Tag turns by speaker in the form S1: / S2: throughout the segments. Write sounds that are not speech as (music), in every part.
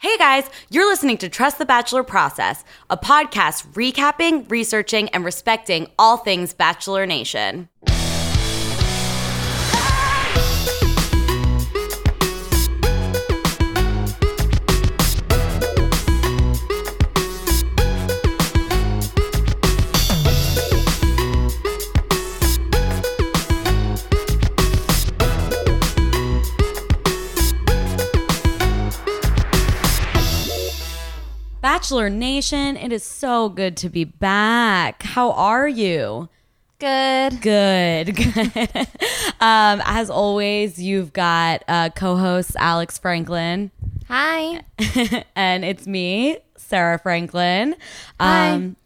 S1: Hey guys, you're listening to Trust the Bachelor Process, a podcast recapping, researching, and respecting all things Bachelor Nation. Bachelor Nation, it is so good to be back. How are you?
S2: Good.
S1: Good, (laughs) good. um, as always, you've got uh, co hosts Alex Franklin, (laughs)
S2: Hi.
S1: and it's me, Sarah Franklin. Um,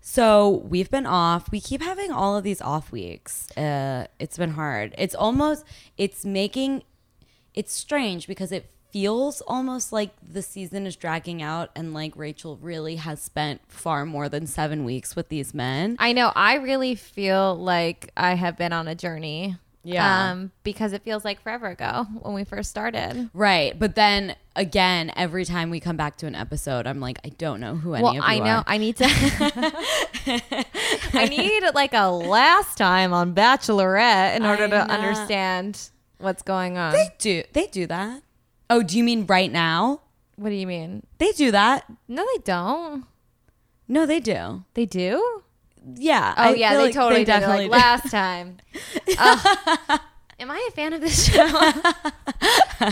S1: so we've been off. We keep having all of these off weeks. Uh, it's been hard. It's almost, it's making, it's strange because it feels almost like the season is dragging out and like Rachel really has spent far more than seven weeks with these men.
S2: I know. I really feel like I have been on a journey.
S1: Yeah.
S2: Um, because it feels like forever ago when we first started.
S1: Right. But then again, every time we come back to an episode, I'm like, I don't know who any
S2: well,
S1: of you
S2: I know.
S1: are.
S2: I need to. (laughs) I need like a last time on Bachelorette in order
S1: I
S2: to
S1: know.
S2: understand what's going on.
S1: They do they do that? Oh, do you mean right now?
S2: what do you mean?
S1: They do that.
S2: No, they don't.
S1: No, they do.
S2: They do.
S1: Yeah.
S2: Oh yeah, they totally did. They're
S1: definitely
S2: Like
S1: (laughs)
S2: last time. Ugh. am I a fan of this show?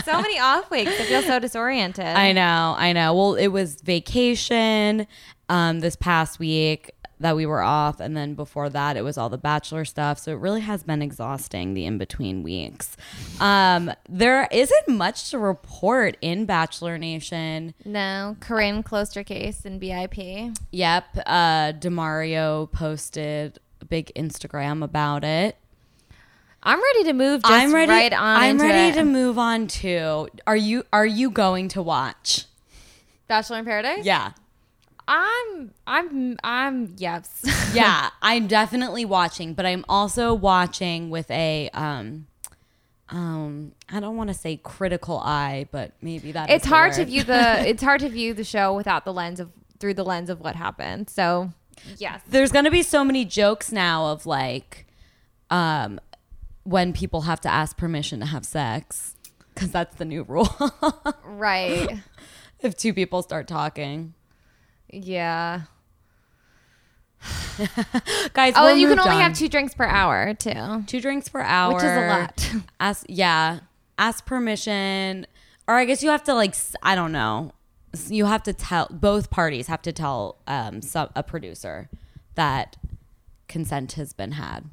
S2: so many off weeks. I feel so disoriented.
S1: I know, I know. Well, it was vacation um this past week that we were off and then before that it was all the bachelor stuff. So it really has been exhausting the in-between weeks. Um there isn't much to report in Bachelor Nation.
S2: No, Corinne closed her case in BIP.
S1: Yep, uh Demario posted a big Instagram about it.
S2: I'm ready to move. Just
S1: I'm ready.
S2: Right on.
S1: I'm
S2: into
S1: ready
S2: it.
S1: to move on to. Are you Are you going to watch?
S2: Bachelor in Paradise.
S1: Yeah,
S2: I'm. I'm. I'm. Yes. (laughs)
S1: yeah. I'm definitely watching, but I'm also watching with a um, um. I don't want to say critical eye, but maybe that is
S2: it's
S1: the
S2: hard to
S1: word. (laughs)
S2: view the. It's hard to view the show without the lens of through the lens of what happened. So, yes.
S1: There's gonna be so many jokes now of like, um, when people have to ask permission to have sex, because that's the new rule. (laughs)
S2: Right.
S1: if two people start talking,
S2: (gasps) Yeah.
S1: guys.
S2: Oh,
S1: we're
S2: and you can
S1: moved
S2: only
S1: on.
S2: have two drinks per hour too.
S1: two drinks per hour,
S2: Which is a lot. (laughs)
S1: Ask, yeah, ask permission, or I guess you have to like, s- I don't know, S- you have to tell both parties have to tell um some, a producer that consent has been had.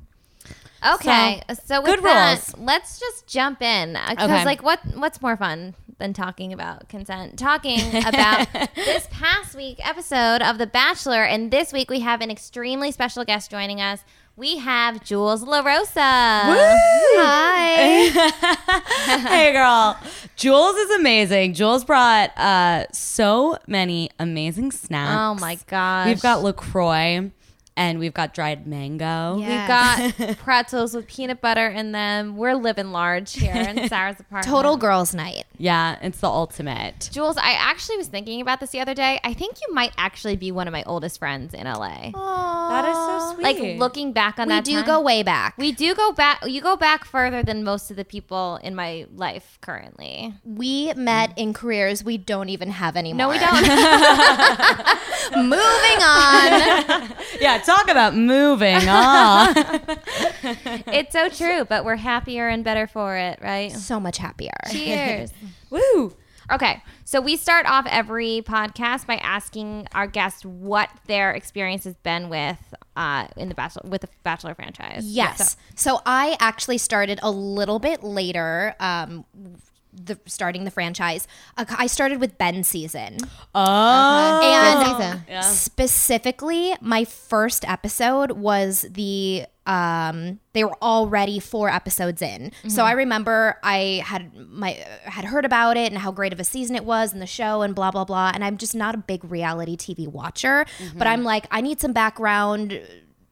S1: (laughs)
S2: Okay. uh, So, with
S1: good
S2: that,
S1: rules.
S2: let's just jump in because
S1: Okay.
S2: like what what's more fun than talking about consent? Talking
S1: (laughs)
S2: about this past week episode of The Bachelor and this week we have an extremely special guest joining us. We have Jules LaRosa. Hi.
S1: hey girl jules is amazing jules brought uh so many amazing
S2: oh
S1: snacks
S2: my gosh.
S1: we've got lacroix and we've got dried mango (laughs)
S2: We've got pretzels with peanut butter in them. We're living large here
S1: (laughs)
S2: in Sarah's apartment.
S3: Total girls' night.
S1: yeah it's the ultimate
S2: Jules, I actually was thinking about this the other day. I think you might actually be one of my oldest friends in LA.
S1: that is so sweet
S2: Like looking back on
S3: We
S2: that,
S3: do
S2: time-
S3: go way back. We,
S2: We do go back. You go back further than most of the people in my life currently.
S3: we met in careers we don't even have anymore.
S2: No, we (laughs)
S3: (laughs)
S2: don't.
S3: Moving (laughs) on.
S1: yeah talk about moving on
S2: it's so true, but we're happier and better for it, right?
S3: so much happier.
S2: (laughs) Cheers.
S1: (laughs) Woo!
S2: (laughs) Okay, so we start off every podcast by asking our guests what their experience has been with uh, in the bachelor with the Bachelor franchise.
S3: Yes. So I actually started a little bit later. Um, the starting the franchise, Uh, I started with Ben season,
S1: Oh,
S3: and
S2: season.
S3: specifically, my first episode was the. Um, they were already four episodes in,
S2: Mm-hmm.
S3: so I remember I had my had heard about it and how great of a season it was and the show and blah blah blah. And I'm just not a big reality TV watcher,
S2: Mm-hmm.
S3: but I'm like, I need some background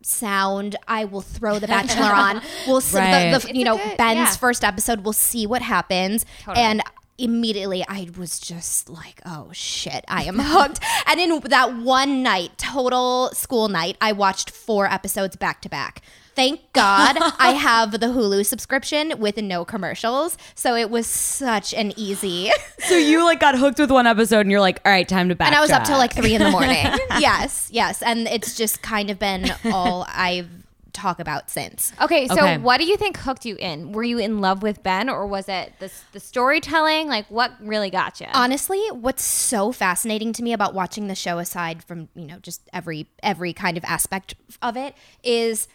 S3: sound. I will throw
S2: (laughs)
S3: The Bachelor on. We'll see
S1: Right.
S3: the, the
S2: It's
S3: you
S2: a
S3: know
S2: good-
S3: Oh, Ben's
S2: yeah.
S3: first episode. We'll see what happens. And immediately I was just like, oh shit, I am (laughs) hooked. and in that one night, total school night, I watched four episodes back to back. Thank God I have the Hulu subscription with no commercials. So it was such an easy.
S1: So you like got hooked with one episode and you're like, all right, time to back.
S3: and I was up till like three in the morning. yes, yes. And it's just kind of been all I've talk about since.
S2: Okay, so
S1: Okay.
S2: what do you think hooked you in? Were you in love with Ben, or was it the the storytelling? Like, what really got you?
S3: honestly what's so fascinating to me about watching the show aside from you know just every every kind of aspect of it is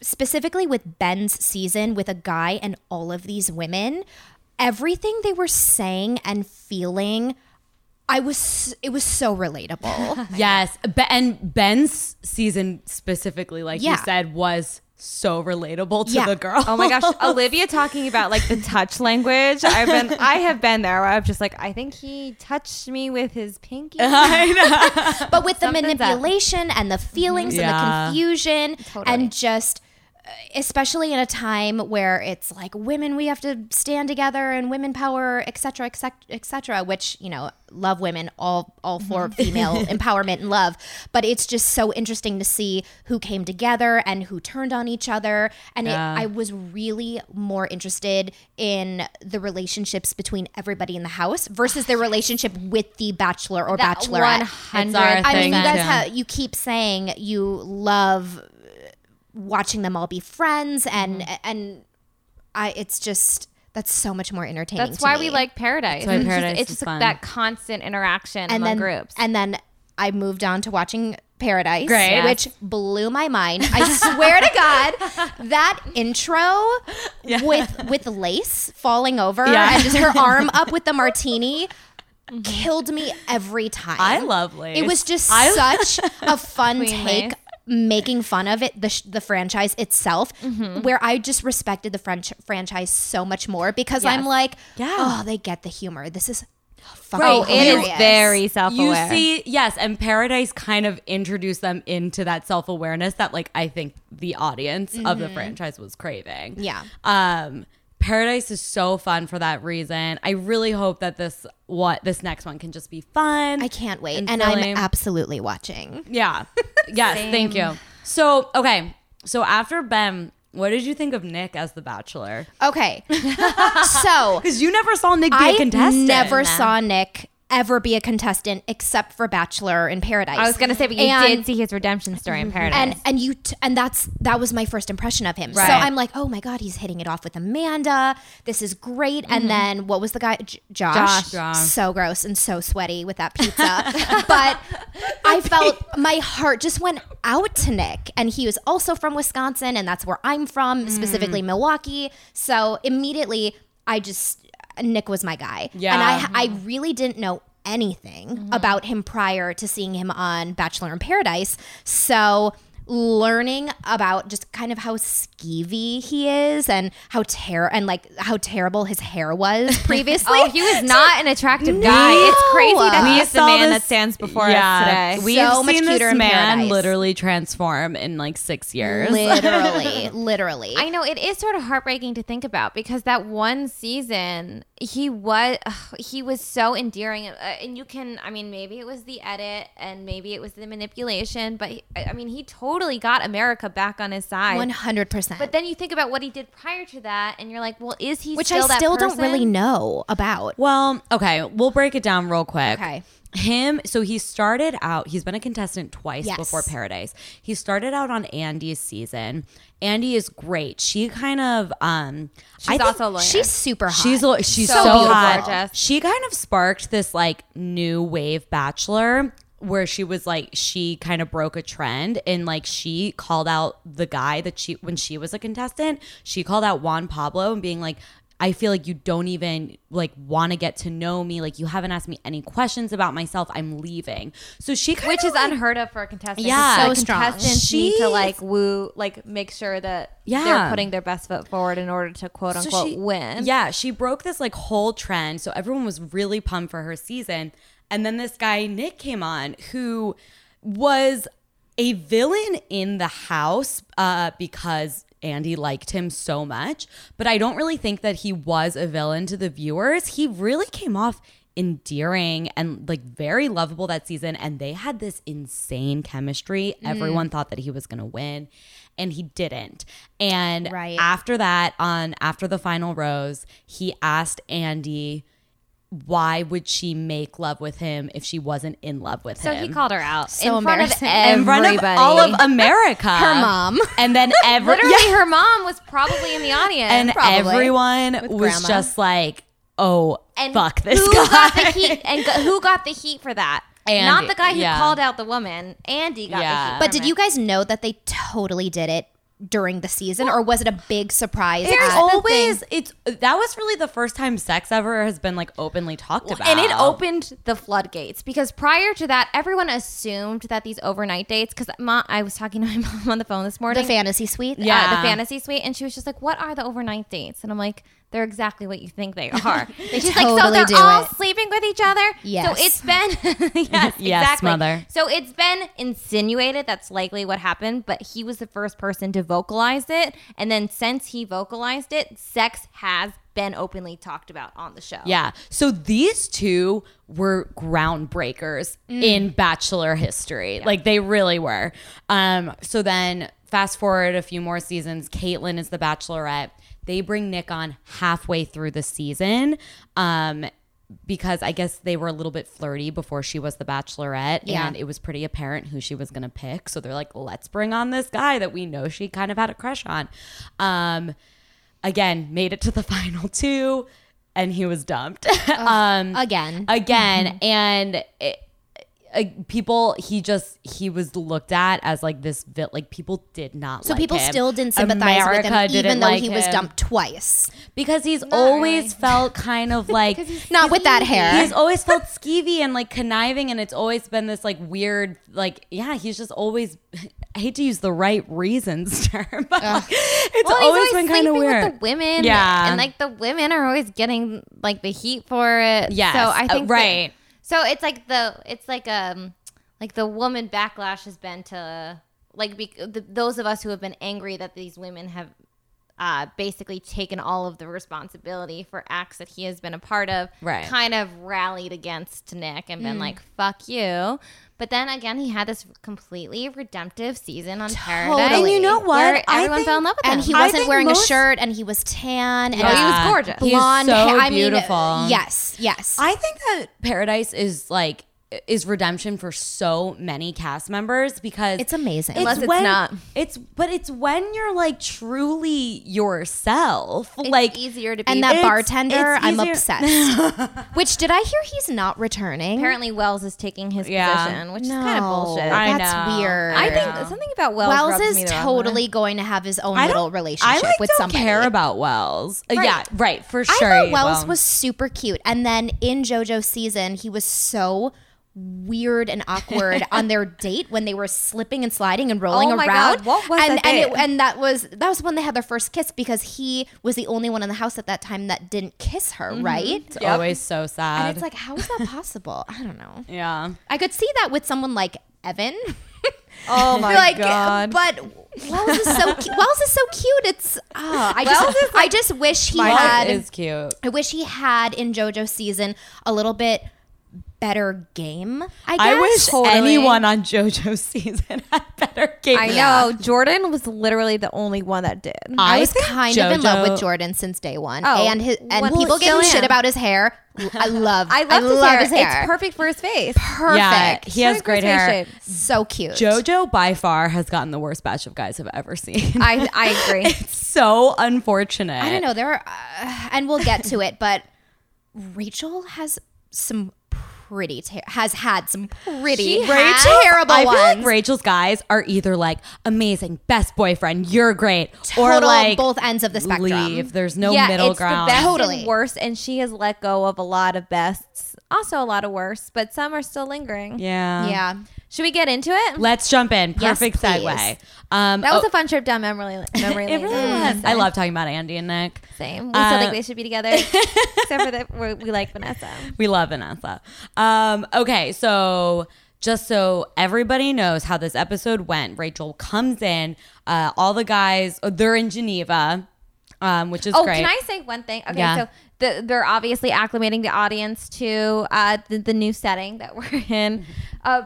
S3: specifically with ben's season with a guy and all of these women everything they were saying and feeling i was it was so relatable
S1: Yes, Be- and Ben's season specifically, like
S3: Yeah.
S1: you said, was so relatable to
S3: Yeah.
S1: the girl. (laughs)
S2: Oh my gosh, Olivia talking about like the touch language. I've been, I have been there. Where I'm just like, I think he touched me with his (laughs) pinky.
S3: but with the
S2: Something's up. Mm-hmm.
S3: manipulation and the feelings
S1: Yeah.
S3: and the confusion
S2: Totally.
S3: and just uh, especially in a time where it's like women we have to stand together and women power etc etc etc which you know love women all all for
S2: Mm-hmm. (laughs)
S3: female empowerment and love but it's just so interesting to see who came together and who turned on each other and
S1: Yeah.
S3: it, i was really more interested in the relationships between everybody in the house versus their relationship with the bachelor or
S2: That
S3: bachelorette
S2: 100%.
S3: I mean,
S1: thing,
S3: that's
S1: too.
S3: how you keep saying you love uh, watching them all be friends, and
S2: Mm-hmm.
S3: and I. It's just that's so much more entertaining.
S2: That's
S3: to
S2: why
S3: me.
S2: we like Paradise.
S1: why
S2: It's just-
S1: Paradise
S2: it's
S1: is
S2: just like
S1: fun.
S2: that constant interaction
S3: and
S2: among
S3: then
S2: groups.
S3: and then I moved on to watching Paradise,
S1: Great.
S3: which blew my mind. I swear to God, that intro with with lace falling over
S1: Yeah.
S3: and just her
S2: (laughs)
S3: arm up with the martini.
S2: Mm-hmm.
S3: Killed me every time.
S1: I love Lace.
S3: It was just
S1: I-
S3: such a fun
S2: Queen
S3: take
S2: Lace.
S3: making fun of it the, sh- the franchise itself where i just respected the French franchise so much more because i'm like
S1: Yeah.
S3: oh they get the humor this is fucking
S2: oh, it is
S3: hilarious.
S2: very self-aware.
S1: You see, yes, and Paradise kind of introduced them into that self awareness that, like, I think the audience of the franchise was craving.
S3: Mm-hmm. Yeah.
S1: Um, Paradise is so fun for that reason. I really hope that this what this next one can just be fun.
S3: I can't wait.
S1: And
S3: And, I'm
S1: filling.
S3: absolutely watching. (laughs)
S1: Yeah. yes. Thank you. So okay. So after Ben, what did you think of Nick as the Bachelor?
S3: Okay. (laughs) so
S1: Because you never saw Nick (laughs) be a
S3: I
S1: contestant.
S3: never saw Nick ever be a contestant except for Bachelor in Paradise.
S2: I was gonna say, but you
S3: And-
S2: did see his redemption story in Paradise.
S3: and and you t- and that's that was my first impression of him.
S1: Right.
S3: So I'm like, oh my god, he's hitting it off with Amanda. This is great. And then what was the guy? J- Josh.
S1: Mm-hmm. Josh. Josh.
S3: So gross and so sweaty with that pizza. (laughs) but I felt my heart just went out to Nick, and he was also from Wisconsin, and that's where I'm from,
S1: Mm.
S3: specifically Milwaukee. So immediately, I just Nick was my guy. And I
S1: Yeah.
S3: I really didn't know anything
S2: Mm-hmm.
S3: about him prior to seeing him on Bachelor in Paradise. So learning about just kind of how skeevy he is and how ter and like how terrible his hair was
S2: (laughs)
S3: previously.
S2: oh, he
S3: (laughs)
S2: was not an attractive guy. It's crazy that
S3: We
S2: he is the
S1: saw
S2: man
S1: this-
S2: that stands before us today.
S1: We've
S3: So much
S1: seen
S3: cuter
S1: this
S3: in
S1: man
S3: Paradise.
S1: literally transform in like six years.
S3: literally, literally.
S2: I know it is sort of heartbreaking to think about because that one season he was ugh, he was so endearing uh, and you can I mean maybe it was the edit and maybe it was the manipulation but he, I I mean he totally got America back on his side.
S3: One hundred percent.
S2: But then you think about what he did prior to that and you're like, well is he
S3: Which
S2: still
S3: I
S2: that
S3: still don't
S2: person?
S3: really know about.
S1: Well, okay, we'll break it down real quick.
S3: Okay.
S1: Him, so he started out, he's been a contestant twice
S3: Yes.
S1: before Paradise. He started out on Andy's season. Andy is great. She kind of, um,
S2: She's also a lawyer.
S3: She's super hot.
S1: She's lo- she's
S2: So
S1: so,
S2: beautiful.
S1: hot.
S2: Gorgeous.
S1: She kind of sparked this like new wave bachelor where she was like she kind of broke a trend and like she called out the guy that she when she was a contestant, she called out Juan Pablo and being like I feel like you don't even like want to get to know me. Like you haven't asked me any questions about myself. I'm leaving. So she kind
S2: which
S1: of
S2: is unheard of for a contestant.
S1: Yeah.
S2: so
S3: So strong.
S2: contestants need to
S1: She's-
S2: like woo, like make sure that they're
S1: Yeah.
S2: putting their best foot forward in order to quote
S1: So
S2: unquote
S1: she-
S2: win.
S1: Yeah, she broke this like whole trend. So everyone was really pumped for her season. And then this guy, Nick, came on who was a villain in the house uh, because Andy liked him so much, but I don't really think that he was a villain to the viewers. He really came off endearing and like very lovable that season and they had this insane chemistry. Everyone thought that he was going to win and he didn't. And
S3: Right.
S1: after that on after the final rose, he asked Andy why would she make love with him if she wasn't in love with
S2: So
S1: him?
S2: he called her out
S3: So
S2: in front of
S3: embarrassing.
S2: everybody.
S3: In
S1: in front of all of America.
S3: Her mom.
S1: And
S2: (laughs)
S1: then every
S2: Literally,
S1: Yeah.
S2: her mom was probably (laughs) in the audience.
S1: and
S3: probably.
S1: everyone
S3: With
S1: was
S3: grandma.
S1: just like, "Oh,
S2: And
S1: fuck this
S2: who
S1: guy." (laughs)
S2: Got the heat, and go- who got the heat for that?
S1: Andy,
S2: Not the guy who
S1: yeah.
S2: called out the woman. Andy got the
S1: Yeah.
S2: heat.
S3: But
S2: from
S3: did
S2: it.
S3: you guys know that they totally did it during the season, or was it a big surprise?
S1: There's
S3: at-
S1: always it's that was really the first time sex ever has been like openly talked about,
S2: And it opened the floodgates because prior to that, everyone assumed that these overnight dates. Because I was talking to my (laughs) mom on the phone this morning.
S3: the fantasy suite.
S2: uh,
S1: Yeah.
S2: the fantasy suite, and she was just like, "What are the overnight dates?" And I'm like, "They're exactly what you think
S3: (laughs)
S2: they are."
S3: They
S2: She's like, "So
S3: totally
S2: they're
S3: do
S2: all
S3: it."
S2: sleeping with each other."
S3: Yes.
S2: So it's
S3: (laughs)
S2: been (laughs) yes,
S1: Yes,
S2: exactly.
S1: mother.
S2: So it's been insinuated that's likely what happened, but he was the first person to vocalize it, and then since he vocalized it, sex has been openly talked about on the show.
S1: Yeah. So these two were groundbreakers in bachelor history. Like they really were. Um, so then fast forward a few more seasons, Caitlyn is the bachelorette. They bring Nick on halfway through the season. Um because I guess they were a little bit flirty before she was the bachelorette,
S3: Yeah.
S1: and it was pretty apparent who she was gonna pick. So they're like, let's bring on this guy that we know she kind of had a crush on. Um, again made it to the (laughs) final two and he was dumped (laughs) um
S3: again. Mm-hmm.
S1: again and it, uh, people he just he was looked at as like this vi- like people did not
S3: so
S1: like
S3: people
S1: him.
S3: still didn't sympathize
S1: America
S3: with him,
S1: didn't
S3: even though
S1: like
S3: he was
S1: him.
S3: dumped twice.
S1: because he's always
S2: really.
S1: felt kind
S2: (laughs)
S1: of like
S3: Not with that hair.
S1: He's always felt skeevy and like conniving, and it's always been this like weird, like yeah, he's just always. I hate to use the right reasons (laughs) term, but like, it's
S2: Well, he's
S1: always, been kind of
S2: sleeping
S1: weird.
S2: With the women,
S1: Yeah.
S2: and like the women are always getting like the heat for it.
S1: Yes,
S2: so I
S1: uh,
S2: think that-
S1: right.
S2: so it's like the it's like um like the woman backlash has been to like be, the, those of us who have been angry that these women have uh, basically taken all of the responsibility for acts that he has been a part of.
S1: Right. Mm.
S2: Kind of rallied against Nick and been like, "Fuck you." But then again, he had this completely redemptive season on Paradise.
S3: And you know
S1: what?
S2: Where
S1: I
S2: everyone
S1: think-
S2: fell in love with him.
S3: And he
S1: I
S3: wasn't
S1: think
S3: wearing a
S1: most-
S3: shirt, and he was tan, and
S2: Oh, he
S3: he
S2: was
S1: Yeah.
S2: gorgeous.
S1: He's
S3: blonde.
S1: so
S3: hair. I
S1: beautiful.
S3: mean, yes, yes.
S1: I think that Paradise is like is redemption for so many cast members because
S3: it's amazing.
S1: it's
S2: Unless it's
S1: when-
S2: not.
S1: It's but it's when you're like truly yourself,
S2: It's
S1: like
S2: easier to be.
S3: and that
S1: It's-
S3: bartender,
S1: it's
S3: I'm
S1: easier-
S3: obsessed.
S1: (laughs)
S3: Which did I hear he's not returning?
S2: apparently Wells is taking his
S1: Yeah.
S2: position, which is kind of
S3: No,
S2: bullshit.
S1: I
S3: That's
S1: know.
S3: weird.
S2: I think something about Wells.
S3: Wells
S2: rubs me
S3: is
S2: the wrong
S3: totally
S2: way.
S3: going to have his own
S1: I
S3: little
S1: don't-
S3: relationship
S1: I like,
S3: with
S1: don't
S3: somebody.
S1: care about Wells. Uh,
S2: Right.
S1: Yeah, right for
S3: I
S1: sure.
S3: thought Wells was super cute, and then in JoJo's season, he was so weird and
S2: (laughs)
S3: awkward on their date when they were slipping and sliding and rolling
S2: Oh my
S3: around.
S2: God, what was
S3: and
S2: that
S3: and,
S2: date?
S3: and that was that was when they had their first kiss because he was the only one in the house at that time that didn't kiss her,
S2: Mm-hmm.
S3: right?
S1: It's always so sad.
S3: And it's like, how is that possible? I don't know. (laughs)
S1: yeah,
S3: I could see that with someone like Evan.
S2: Oh (laughs) my
S3: (laughs) like,
S2: god!
S3: but Wells is so cu- Wells is so cute. It's oh, I just I just wish he
S1: Wells
S3: had.
S1: is cute.
S3: I wish he had in JoJo season a little bit better game. I, guess.
S1: I wish
S2: totally.
S1: anyone on JoJo's (laughs) season had better game.
S2: I know Jordan was literally the only one that did.
S3: I was
S1: think
S3: kind of in love
S1: JoJo
S3: with Jordan since day one,
S2: Oh,
S3: and his and
S2: well,
S3: people give
S2: still
S3: him shit
S2: am.
S3: about his hair.
S2: (laughs)
S3: I love.
S2: I love, his, hair. It's
S3: perfect.
S2: perfect for his face.
S1: Yeah,
S3: Perfect.
S1: he has
S2: Perfect
S1: great
S2: face
S1: hair.
S2: shape.
S3: so cute.
S1: JoJo by far has gotten the worst batch of guys I've ever seen.
S2: I I agree.
S1: (laughs) so unfortunate.
S3: I don't know. There are, uh, and we'll get to it, but Rachel has some pretty ter- has had some pretty
S2: She has?
S3: Rachel, terrible
S1: I feel
S3: ones.
S1: like Rachel's guys are either like amazing, best boyfriend, you're great, or
S3: Total
S1: like
S3: both ends of the spectrum.
S1: leave. There's no
S2: yeah,
S1: middle
S2: it's
S1: ground.
S2: the best
S3: Totally.
S2: and worst, and she has let go of a lot of bests, also a lot of worst, but some are still lingering.
S1: Yeah.
S3: Yeah,
S2: Should we get into it?
S1: Let's jump in.
S3: Yes,
S1: Perfect
S3: please.
S1: segue. Um,
S2: that was
S1: oh,
S2: a fun trip down memory
S1: (laughs)
S2: memory
S1: it
S2: lane. Mm.
S1: really was. I love talking about Andy and Nick.
S2: Same. We
S1: Uh,
S2: still think they should
S1: (laughs)
S2: be together, except for that we we like Vanessa.
S1: We love Vanessa. Um, okay, so just so everybody knows how this episode went, Rachel comes in. Uh, all the guys, oh, they're in Geneva, um, which is
S2: Oh,
S1: great.
S2: can I say one thing? Okay,
S1: Yeah.
S2: so the, they're obviously acclimating the audience to uh, the, the new setting that (laughs) we're in. Uh,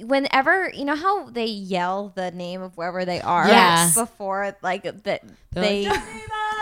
S2: whenever you know how they yell the name of wherever they are
S1: Yes.
S2: before, like that
S1: They're
S2: they,
S1: like,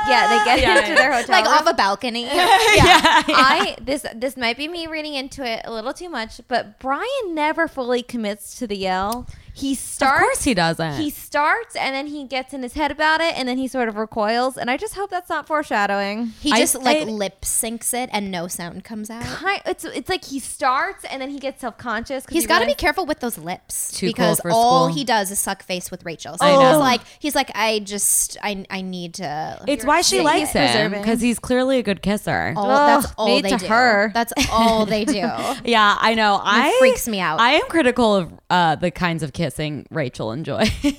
S2: yeah, they get
S1: Yeah,
S2: into
S1: yeah.
S2: their hotel
S3: like
S2: room.
S1: (laughs)
S3: off
S2: (laughs)
S3: a balcony.
S2: yeah. I this this might be me reading into it a little too much, but Brian never fully commits to the yell. He
S1: of
S2: starts.
S1: course he doesn't.
S2: He starts and then he gets in his head about it and then he sort of recoils. And I just hope that's not foreshadowing.
S3: He
S1: I-
S3: just like
S1: I-
S3: lip syncs it and no sound comes out.
S2: Hi- It's it's like he starts and then he gets self conscious.
S3: He's got to be careful with those lips
S1: Too cool
S3: because
S1: for
S3: all
S1: school.
S3: he does is suck face with Rachel. So
S1: I know.
S3: he's like, he's like, I just, I, I need to.
S1: it's why she
S2: he's
S1: likes him
S2: preserving.
S1: because he's clearly a good kisser.
S3: all, that's
S2: Ugh,
S3: all
S2: made
S3: they
S2: to
S3: do.
S2: her.
S3: That's all they do.
S1: Yeah, I know. I
S3: freaks me out.
S1: I am critical of uh, the kinds of kissing Rachel (laughs) enjoys. we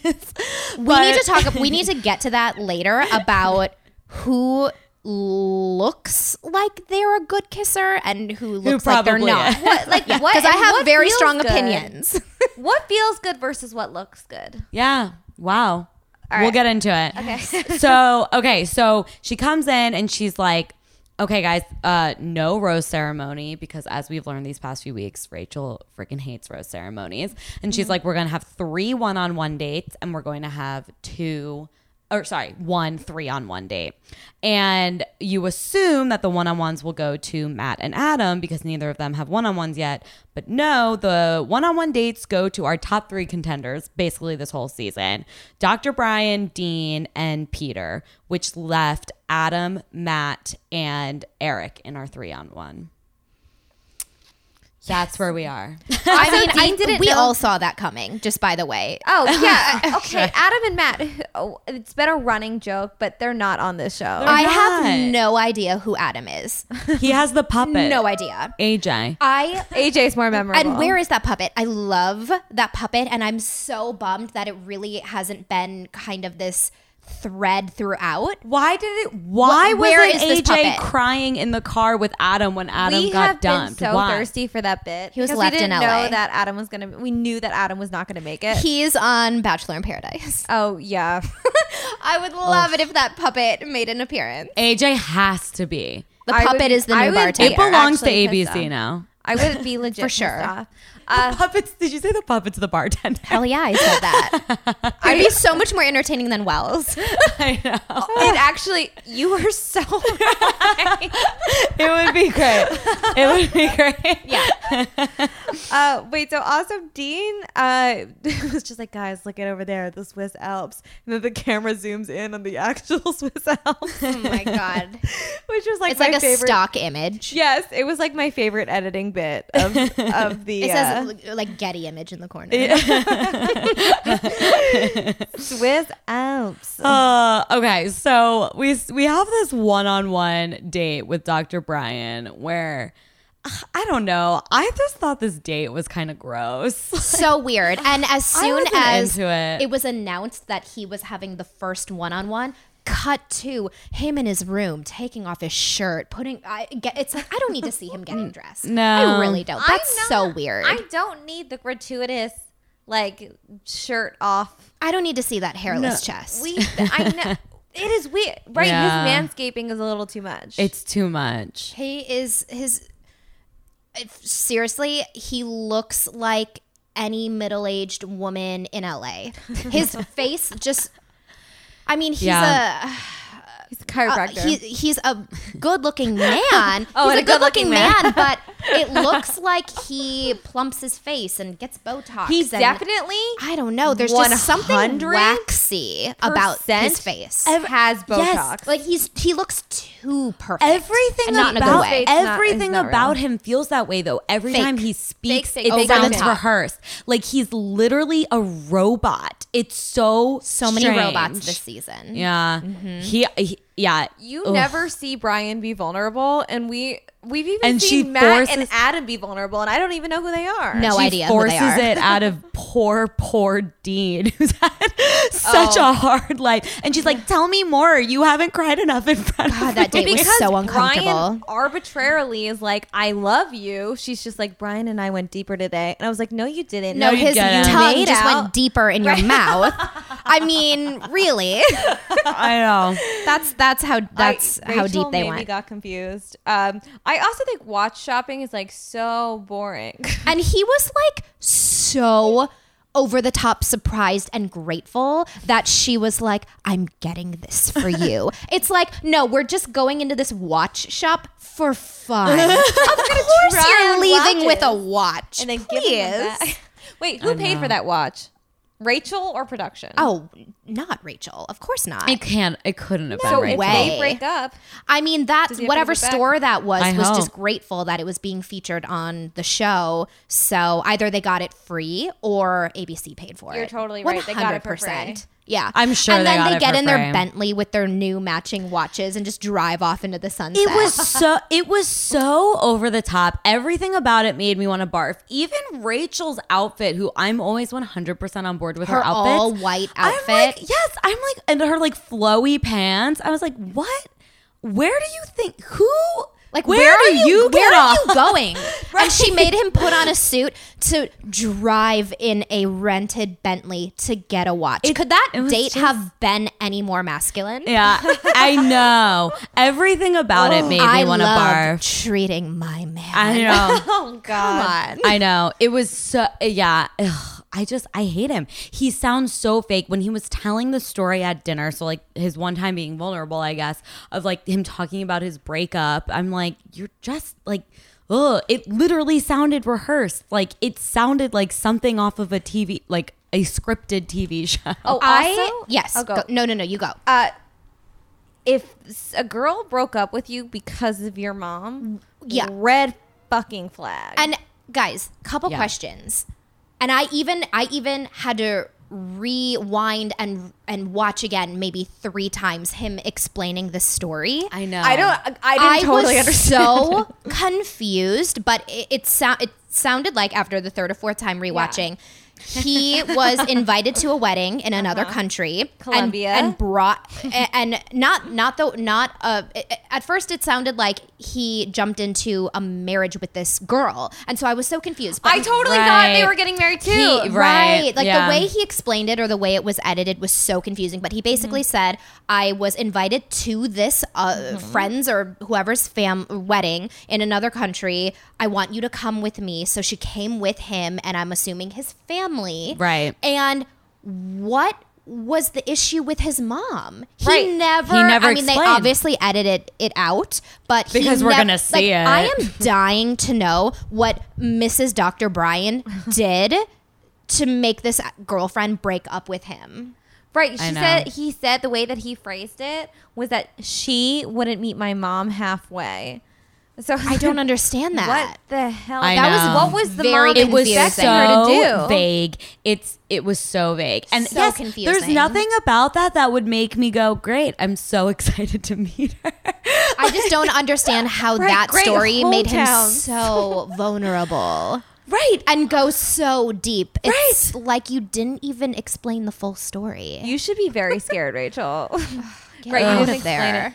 S3: we need to talk. We need to get to that later about who looks like they're a good kisser and who looks like they're
S1: probably
S3: not.
S1: is.
S2: What- like what?
S3: Because I
S2: and
S3: have
S2: what
S3: very
S2: feels
S3: strong
S2: good?
S3: opinions.
S2: What feels good versus what looks good?
S1: (laughs) Yeah. Wow. We'll
S2: right.
S1: get into it. Okay. (laughs) so, okay. So she comes in and she's like, okay, guys, uh, no rose ceremony because as we've learned these past few weeks, Rachel freaking hates rose ceremonies. And
S3: Mm-hmm.
S1: she's like, we're going to have three one on one dates and we're going to have two. Or sorry, one three on one date. And you assume that the one on ones will go to Matt and Adam because neither of them have one on ones yet. But no, the one on one dates go to our top three contenders basically this whole season Dr. Brian, Dean, and Peter, which left Adam, Matt, and Eric in our three on one. That's where we are.
S3: I mean,
S2: Dean
S3: I,
S2: didn't
S3: we
S2: know-
S3: all saw that coming. Just by the way,
S2: Oh (laughs) yeah, okay. Adam and Matt. Oh, it's been a running joke, but they're not on this show.
S1: They're
S3: I have
S1: not.
S3: no idea who Adam
S2: (laughs)
S3: is.
S1: He has the puppet.
S3: No idea.
S1: AJ.
S3: I
S2: AJ's more memorable.
S3: And where is that puppet? I love that puppet, and I'm so bummed that it really hasn't been kind of this thread throughout.
S1: Why did it? Why
S3: Wh- where
S1: was
S3: is this
S1: AJ
S3: puppet?
S1: crying in the car with Adam when Adam
S2: we
S1: got
S2: have
S1: dumped?
S2: been so
S1: Why?
S2: thirsty for that bit.
S3: He was
S2: because
S3: left
S2: we
S3: in
S2: didn't
S3: LA.
S2: Know that Adam was gonna. We knew that Adam was not gonna make it.
S3: He's on Bachelor in Paradise. (laughs)
S2: oh yeah.
S3: I would love it if that puppet made an appearance.
S1: AJ has to be.
S3: The
S2: I
S3: puppet
S2: would-
S3: is the
S2: I
S3: new
S2: would-
S3: bartender.
S2: It
S1: It belongs to
S2: actually pissed
S1: ABC
S2: off.
S1: now.
S2: I would be legit
S3: For sure.
S2: pissed off. Uh,
S1: Puppets? Did you say the puppets? The bartender.
S3: (laughs) Hell yeah, I said that.
S2: (laughs)
S3: I'd be so much more entertaining than Wells.
S1: (laughs) I know.
S2: it actually, you were so right.
S1: (laughs) It would be great. It would (laughs) be great. Yeah.
S2: Uh, wait, so also Dean uh, (laughs) was just like, guys, look at over there, the Swiss Alps. And then the camera zooms in on the (laughs) actual Swiss Alps,
S3: Oh my god,
S2: (laughs) which was like
S3: it's
S2: my
S3: like a
S2: favorite.
S3: stock image.
S2: Yes, it was like my favorite editing bit of, (laughs) of the
S3: It
S2: uh,
S3: says l- like Getty image in the corner.
S2: Swiss Alps.
S1: Uh, okay, so we we have this one-on-one date with Dr. Brian where (sighs) ugh, I don't know. I just thought this date was kind of gross.
S3: so weird. And as soon
S1: wasn't
S3: as
S1: into it.
S3: was announced that he was having the first one-on-one, cut to him in his room taking off his shirt, putting. I get. It's like I don't need to see him getting dressed.
S1: No.
S3: I really don't.
S2: I'm
S3: That's
S2: not-
S3: so weird.
S2: I don't need the gratuitous like shirt off.
S3: I don't need to see that hairless chest. (laughs)
S2: We, I know it is weird, right?
S1: Yeah.
S2: His manscaping is a little too much.
S1: It's too much.
S3: he is his. if- Seriously, he looks like any middle-aged woman in LA. (laughs) His face just. I mean, he's
S1: Yeah.
S3: a.
S2: He's a
S3: Uh,
S2: chiropractor.
S3: he, he's a good-looking man.
S2: Oh, and
S3: he's a
S2: a good-looking
S3: good-looking man. but it looks like he plumps his face and gets Botox.
S2: He's
S3: and-
S2: definitely
S3: I don't know. There's just something
S2: 100%
S3: waxy about his face.
S2: has Botox.
S3: Like he's he looks too perfect.
S1: Everything
S3: And not in a good
S1: about
S3: way.
S2: It's not-
S1: everything
S2: it's not
S1: about
S2: real.
S1: him feels that way though. Every
S3: Fake.
S1: time he speaks,
S2: fake,
S1: it
S3: over the
S1: sounds
S3: top.
S1: rehearsed. Like he's literally a robot. It's so
S3: so many robots
S1: strange.
S3: this season.
S1: Yeah. He, he yeah,
S4: You
S1: Ugh.
S4: never see Brian be vulnerable, and we we've even
S1: And
S4: seen
S1: she
S4: Matt and
S1: forces-
S4: Adam be vulnerable, and I don't even know who they are.
S3: No
S1: she
S3: idea who
S1: forces
S3: they are.
S1: it out of poor, poor Dean, (laughs) who's had such a hard life. And she's like, "Tell me more. You haven't cried enough in front of
S3: God, that
S1: me." (laughs)
S3: date was so uncomfortable.
S4: Brian arbitrarily is like, "I love you." She's just like, "Brian and I went deeper today," and I was like, "No, you didn't."
S3: No,
S1: you
S3: his
S1: get it.
S3: tongue
S4: Made
S3: just
S4: out.
S3: went deeper in your mouth. I mean, really,
S1: I know.
S3: that's that's how that's
S4: I-
S3: how
S4: Rachel
S3: deep they
S4: maybe
S3: went.
S4: Got confused. Um, I also think watch shopping is like so boring. (laughs)
S3: And he was like so over the top surprised and grateful that she was like, I'm getting this
S4: (laughs)
S3: for you. it's like, no, we're just going into this watch shop for
S4: (laughs)
S3: fun. of course you're
S4: on
S3: leaving with a
S4: watches.
S3: watch.
S4: and then give
S3: please.
S4: them back. (laughs) Wait, who paid for that watch? Rachel or production?
S3: Oh, not Rachel. Of course not.
S1: It can't. It couldn't have
S4: so
S1: been Rachel.
S4: if
S3: way.
S4: they break up,
S3: I mean, that's
S4: he have to
S3: whatever
S4: give it back?
S3: store that was
S1: I
S3: was just
S1: hope.
S3: grateful that it was being featured on the show. So either they got it free or ABC paid for
S4: You're
S3: it.
S4: totally right. They got it for
S3: 100%.
S4: free.
S3: Yeah,
S1: I'm sure
S3: And
S1: they
S3: then
S1: got
S3: they
S1: it
S3: get
S1: for
S3: in
S1: free.
S3: their Bentley with their new matching watches and just drive off into the sunset.
S1: It was so it was so over the top. Everything about it made me want to barf. Even Rachel's outfit, who I'm always 100% on board with her,
S3: Her
S1: outfits.
S3: all-white outfit.
S1: I'm like, yes, I'm like and her like flowy pants. I was like, "What? Where do you think who
S3: like where, are you, where
S1: get
S3: are
S1: off? (laughs)
S3: you going? And she made him put on a suit to drive in a rented Bentley to get a watch. Could that
S1: was
S3: date
S1: just-
S3: have been any more masculine?
S1: Yeah, I know. Everything about it made
S3: Oh, I
S1: me want to
S3: love
S1: barf.
S3: treating my man.
S1: I know.
S4: (laughs) oh god,
S1: I know. It was so, yeah. Ugh, I just, I hate him. He sounds so fake when he was telling the story at dinner. So, like, his one time being vulnerable, I guess, of like him talking about his breakup. I'm like, you're just like, ugh. It literally sounded rehearsed. Like, it sounded like something off of a TV, like a scripted TV show.
S4: Oh,
S3: I
S4: also-
S3: yes.
S4: Oh, go.
S3: go- no, no, no. You go.
S4: uh, if s- a girl broke up with you because of your mom,
S3: yeah.
S4: red fucking flag.
S3: And guys, couple
S1: Yeah.
S3: questions. And I even I even had to rewind and and watch again maybe three times him explaining this story.
S1: (laughs) I know.
S4: I don't. I- I didn't
S3: I
S4: totally
S3: was
S4: understand.
S3: so (laughs) confused, but it it, sou- it sounded like after the third or fourth time rewatching, he was
S4: (laughs)
S3: invited to a wedding in another country, and-
S4: Uh-huh. Colombia.
S3: and, brought a- and not not the not uh, it- at first it sounded like he jumped into a marriage with this girl, and so I was so confused. But
S4: I totally thought they
S1: Right.
S4: were getting married too.
S1: He-
S3: right,
S1: Right,
S3: like
S1: yeah.
S3: the way he explained it or the way it was edited was so confusing but he basically
S1: Mm-hmm.
S3: said i was invited to this uh,
S1: Mm-hmm.
S3: friends or whoever's fam wedding in another country i want you to come with me so she came with him and i'm assuming his family
S1: Right.
S3: and what was the issue with his mom? He
S4: Right.
S3: never.
S1: He never
S3: I mean, they
S1: explained.
S3: obviously edited it out, but he
S1: Because we're
S3: nev-
S1: gonna see
S3: like, I
S1: it.
S3: am dying to know what Mrs. Dr.
S4: (laughs)
S3: Bryan did to make this girlfriend break up with him.
S4: Right.
S1: I
S4: She
S1: know.
S4: said he said the way that he phrased it was that she wouldn't meet my mom halfway. So
S3: I don't understand
S4: What
S3: that.
S4: the hell?
S1: I
S4: that
S1: know.
S4: was what was the
S3: Very
S4: mom
S3: It
S1: it was
S3: confusing.
S4: expecting
S1: so
S4: her to do?
S1: vague. It's it was so vague, and
S3: So
S1: yes, there's
S3: confusing.
S1: nothing about that that would make me go, "Great, I'm so (laughs) excited to meet her."
S3: I just don't understand how
S4: (laughs) Right,
S3: that
S4: great
S3: story
S4: whole
S3: made him
S4: towns.
S3: so vulnerable
S1: right.
S3: and go so deep. It's like you didn't even explain the full story.
S4: You should be very scared, Rachel.
S3: Get
S4: (laughs) right, you
S3: out
S4: didn't
S3: of
S4: explain
S3: there.
S4: it.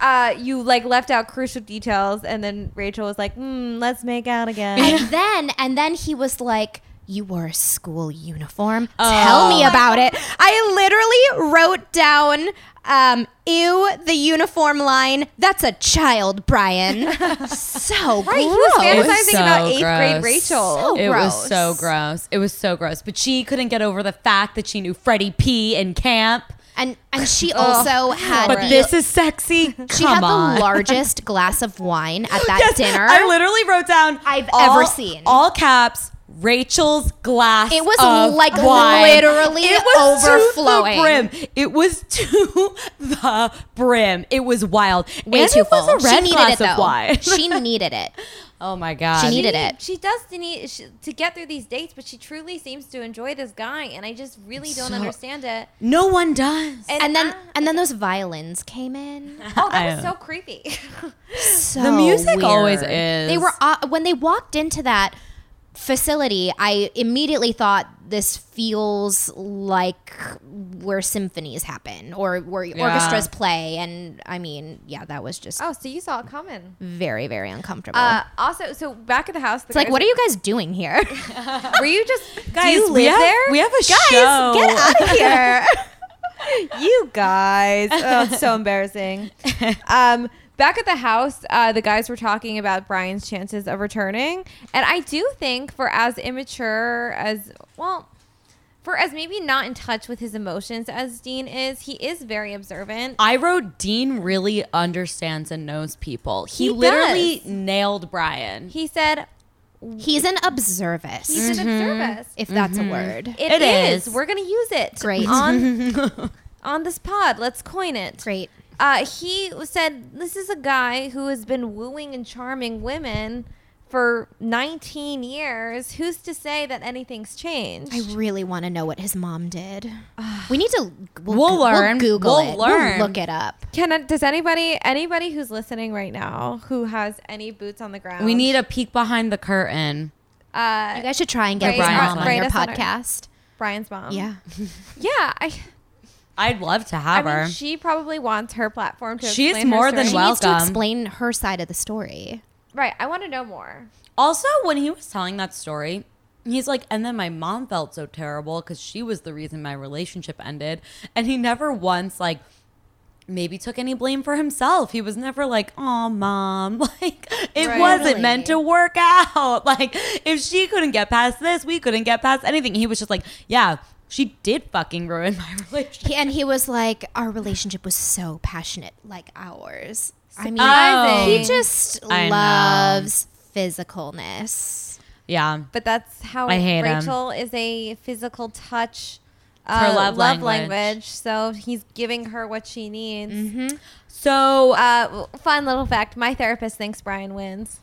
S4: Uh, you like left out crucial details, and then Rachel was like, mm, "Let's make
S1: (laughs)
S4: out again." (laughs)
S3: and then and then he was like you wore a school uniform
S1: Oh.
S3: tell me about it i literally wrote down um ew the uniform line that's a child
S1: (laughs)
S3: brian so
S4: He
S3: gross.
S4: was Oh, fantasizing
S1: so
S4: about eighth grade
S1: gross.
S4: Rachel.
S3: So
S1: it was so
S3: gross.
S1: gross. It was so gross. But she couldn't get over the fact that she knew Freddie P in camp.
S3: and and she also had
S1: But
S3: the-
S1: this is sexy. Come
S3: she had
S1: on.
S3: the largest glass of
S1: (laughs)
S3: wine at that
S1: Yes,
S3: dinner
S1: I literally wrote down
S3: I've
S1: all-
S3: ever seen.
S1: all caps. Rachel's glass.
S3: It was
S1: of
S3: like
S1: wine.
S3: literally
S1: it was
S3: overflowing.
S1: To the brim. It was (laughs) to the brim. It was wild.
S3: way
S1: and
S3: too
S1: it was
S3: full
S1: a red
S3: she needed
S1: glass
S3: it though
S1: of wine.
S3: she needed it
S1: (laughs) Oh my god.
S3: She needed it.
S4: She does to need she, to get through these dates, but she truly seems to enjoy this guy, and I just really don't
S1: So-
S4: understand it.
S1: no one does.
S3: And then
S4: I-
S3: and then those violins came in.
S4: oh,
S1: I
S4: that was
S1: don't-
S4: so creepy.
S3: So
S1: (laughs) The music always
S3: weird.
S1: is.
S3: They were uh, when they walked into that facility. I immediately thought this feels like where symphonies happen or where orchestras play. And I mean, yeah, that was just
S4: oh, so you saw it coming.
S3: very very uncomfortable.
S4: Uh, also, so back at the house, the
S3: it's like, what are you guys doing here? (laughs)
S4: (laughs) Were you just guys?
S1: Guys,
S4: you
S1: we
S4: live
S1: have,
S4: there?
S1: We have a show.
S3: Get out of here!
S4: you guys. Oh, it's so embarrassing. Um, back at the house, uh, the guys were talking about Brian's chances of returning. And I do think, for as immature as, well, for as maybe not in touch with his emotions as Dean is, he is very observant.
S1: I wrote Dean really understands and knows people. He,
S4: He
S1: literally
S4: does.
S1: nailed Brian.
S4: He said,
S3: He's an observus,
S4: he's an observance.
S3: if that's a word.
S1: It
S4: it is.
S1: is.
S4: We're going to use it.
S1: (laughs)
S3: Great.
S4: On, on this pod. Let's coin it.
S3: Great.
S4: Uh, he said, "This is a guy who has been wooing and charming women for 19 years. Who's to say that anything's changed?"
S3: I really want to know what his mom did. We need to. We'll,
S1: We'll
S3: go-
S1: learn.
S3: We'll Google
S1: We'll
S3: it.
S1: learn.
S3: We'll look it up.
S4: Can I, does anybody anybody who's listening right now who has any boots on the ground?
S1: we need a peek behind the curtain.
S4: uh,
S3: You guys should try and get
S1: Rate
S3: Brian
S1: us-
S3: on,
S1: rate
S3: your
S4: us on our-
S3: podcast.
S4: Brian's mom.
S3: yeah.
S4: yeah. I,
S1: I'd love to
S4: I
S1: have her.
S4: mean, she probably wants her platform to.
S1: She's
S4: explain her
S1: more than
S4: story.
S3: She needs to
S1: welcome.
S3: explain her side of the story.
S4: right. I want to know more.
S1: also, when he was telling that story, he's like, and then my mom felt so terrible because she was the reason my relationship ended. And he never once like maybe took any blame for himself. He was never like, oh mom, (laughs) like it
S4: Right.
S1: wasn't meant to work out. (laughs) Like if she couldn't get past this, we couldn't get past anything. He was just like, yeah, she did fucking ruin my (laughs) relationship.
S3: He- and he was like, our relationship was so passionate, like ours. I mean,
S1: Surprising.
S3: he just
S1: I know.
S3: loves physicalness.
S1: Yeah.
S4: But that's how
S1: I hate him.
S4: Rachel is a physical touch. uh,
S1: her love language. Mm-hmm.
S4: language. So he's giving her what she needs.
S1: So
S4: Uh, fun little fact: my therapist thinks Brian wins.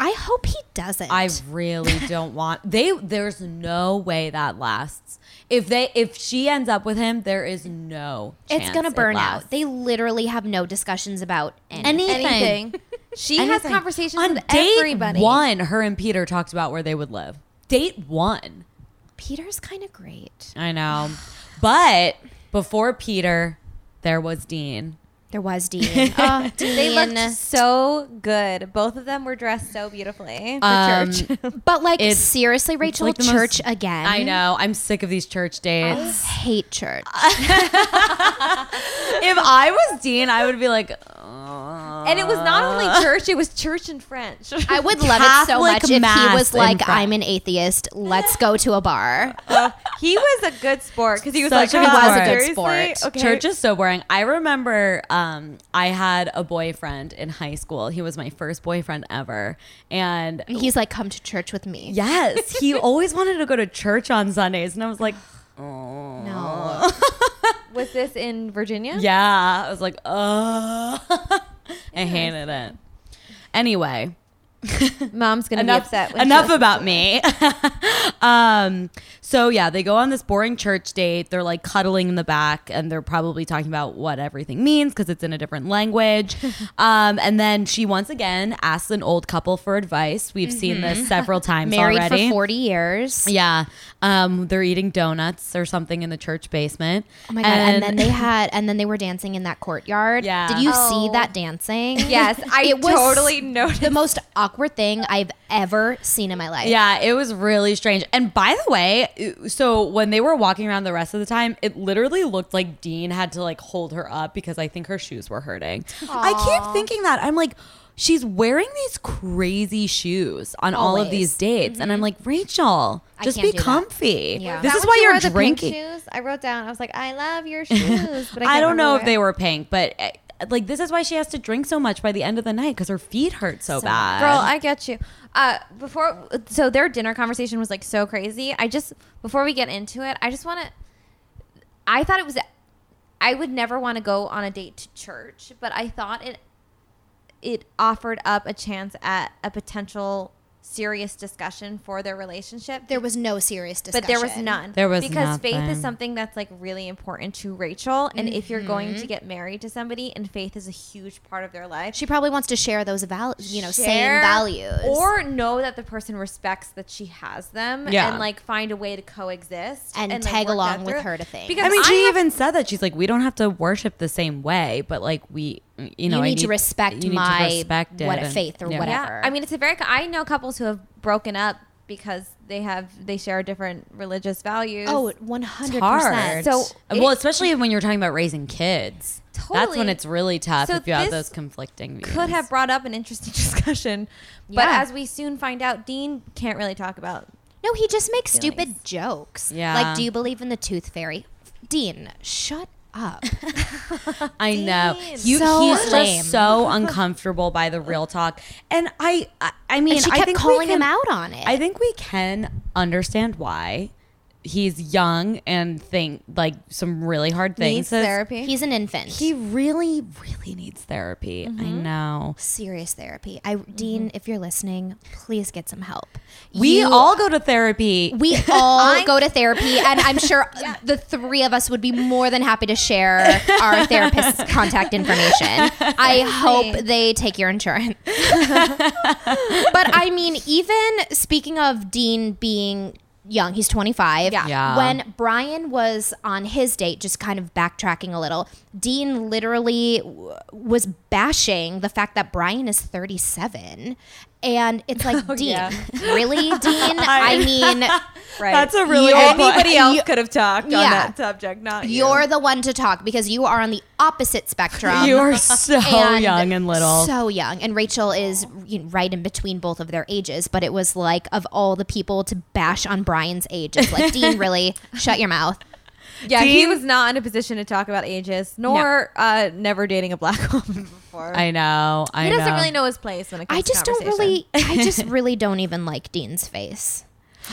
S3: I hope he doesn't.
S1: I really don't want they there's no way that lasts. If they if she ends up with him, there is no
S3: it's
S1: chance
S3: gonna
S1: it
S3: burn
S1: lasts.
S3: out. They literally have no discussions about anything.
S1: Anything.
S4: Anything. She has
S1: Anything.
S4: conversations
S1: On
S4: with
S1: date
S4: everybody.
S1: One, her and Peter talked about where they would live. Date one.
S3: Peter's kind of great.
S1: I know. But before Peter, there was Dean.
S3: There (laughs) was Dean. Oh, Dean.
S4: They looked so good. Both of them were dressed so beautifully for
S1: Um,
S4: church.
S3: (laughs) but like
S1: It's-
S3: seriously, Rachel,
S1: like the most-
S3: church again.
S1: I know. I'm sick of these church dates.
S3: Hate church.
S1: if I was Dean, I would be like, "Uh,
S4: and it was not only church; it was church in
S1: (laughs)
S4: French.
S3: I would love it so
S1: Catholic
S3: much if he
S1: mass
S3: was
S1: in
S3: like,
S1: Fran-
S3: I'm an atheist. Let's go to a bar.
S4: he was a good sport because he was
S1: Such
S4: like,
S1: a good
S4: "Oh,
S1: sport." He was a
S3: good
S4: seriously?
S3: sport.
S4: Okay.
S1: Church is so boring. I remember um, I had a boyfriend in high school. He was my first boyfriend ever. And
S3: And he's like, come to church with me.
S1: yes, he always wanted to go to church on Sundays. And I was like, oh.
S3: No.
S4: was this in Virginia?
S1: Yeah. I was like, oh. (laughs) I hated it. Anyway,
S4: Mom's gonna
S1: enough,
S4: be upset. When
S1: enough
S4: she-
S1: about me. (laughs) um, so yeah, they go on this boring church date. They're like cuddling in the back, and they're probably talking about what everything means because it's in a different
S3: (laughs)
S1: language. um, and then she once again asks an old couple for advice. We've seen this
S3: (laughs)
S1: several times
S3: Mm-hmm. Married
S1: already.
S3: for 40 years.
S1: yeah, um, they're eating donuts or something in the church basement.
S3: Oh my God. And, then they had, and then they were dancing in that courtyard.
S1: Yeah.
S3: Did you see
S4: Oh.
S3: that dancing?
S4: (laughs) Yes, I
S3: It was
S4: totally noticed.
S3: The most awkward thing I've ever seen in my life.
S1: Yeah, it was really strange. And by the way, so when they were walking around the rest of the time, it literally looked like Dean had to like hold her up because I think her shoes were hurting. I keep thinking that. I'm like, she's wearing these crazy shoes on all of
S3: Always.
S1: these dates. And
S4: Mm-hmm.
S1: I'm like, Rachel,
S3: I
S1: just
S3: can't
S1: be
S3: do that.
S1: comfy.
S3: Yeah.
S1: This
S4: That
S1: is
S4: when
S1: why
S4: she
S1: you're
S4: wore the pink
S1: drinking.
S4: shoes, I wrote down. I was like, "I
S1: (laughs)
S4: love your shoes," but I,
S1: I
S4: can't
S1: don't know
S4: remember
S1: if they were pink, but eh, like, this is why she has to drink so much by the end of the night because her feet hurt so,
S3: So
S1: bad.
S3: bad.
S4: Girl, I get you. Uh, before, so their dinner conversation was like so crazy. I just before we get into it, I just want to. I thought it was. I would never want to go on a date to church, but I thought it it offered up a chance at a potential serious discussion for their relationship.
S3: There was no serious discussion.
S4: but there was none.
S1: There was
S4: because faith
S1: nothing.
S4: is something that's like really important to Rachel, and if you're going to get married to somebody, and faith is a huge part of their life,
S3: Mm-hmm. She probably wants to share those val- you know, same
S4: share
S3: values.
S4: or know that the person respects that she has them
S1: Yeah.
S4: and like find a way to coexist
S3: And
S4: like,
S3: tag
S4: work
S3: along
S4: that
S3: with
S4: through.
S3: her to things.
S4: because
S1: I mean, she
S4: have-
S1: even said that she's like, we don't have to worship the same way, but like we, you know,
S3: you
S1: I
S3: need, to respect
S1: you need to
S3: my
S1: respect it
S3: what a
S1: and-
S3: faith or
S1: yeah.
S3: whatever.
S4: yeah I mean it's a very I know couples who have broken up because they have they share different religious values
S3: oh, 100%.
S1: hard. Uh,
S4: So
S1: well, especially when you're talking about raising kids. That's when
S4: Totally.
S1: it's really tough
S4: So
S1: if you have those
S4: this
S1: conflicting views.
S4: could have brought up an interesting (laughs) discussion but
S3: Yeah.
S4: as we soon find out Dean can't really talk about
S3: No, he just makes stupid jokes.
S1: Yeah.
S3: Like, do you believe in the tooth fairy? Dean, shut (laughs) up.
S1: I know. You,
S3: So
S1: he's
S3: lame.
S1: just so uncomfortable by the real talk. And I, I, I mean,
S3: and she
S1: I
S3: kept
S1: think we
S3: calling him
S1: can-
S3: out on it.
S1: I think we can understand why he's young and think like some really hard things.
S4: needs
S1: So
S4: therapy
S3: He's an infant.
S1: He really, really needs therapy. I know.
S3: serious therapy. I Dean, if you're listening, please get some help.
S1: We
S3: You-
S1: all go to therapy.
S3: (laughs) we all go to therapy and I'm
S4: (laughs)
S3: sure the three of us would be more than happy to share
S4: (laughs)
S3: our therapist's contact information. I hope they take your
S4: (laughs)
S3: insurance. but I mean even speaking of Dean being young, he's 25.
S4: Yeah.
S1: Yeah.
S3: When Brian was on his date, just kind of backtracking a little, Dean literally w- was bashing the fact that Brian is 37. And it's like,
S4: (laughs)
S3: Dean,
S4: Oh, yeah.
S3: really, Dean?
S4: (laughs)
S3: I mean,
S4: right
S1: That's a really good point.
S4: anybody (laughs) else could have talked
S3: Yeah.
S4: on that subject not you.
S3: you're the one to talk because you are on the opposite
S1: (laughs) (laughs)
S3: spectrum.
S1: you are so young and little.
S3: So young. And Rachel is you know, right in between both of their ages. But it was like, of all the people to bash on Brian's age, it's
S1: (laughs)
S3: like, Dean, really, shut your mouth.
S4: Yeah, he
S1: Dean-
S4: was not in a position to talk about ages, nor uh, never dating a black woman (laughs) before.
S1: I know. I
S4: he doesn't
S1: know.
S4: really know his place when it comes.
S3: I just
S4: to
S3: don't really. I just really don't even like Dean's face.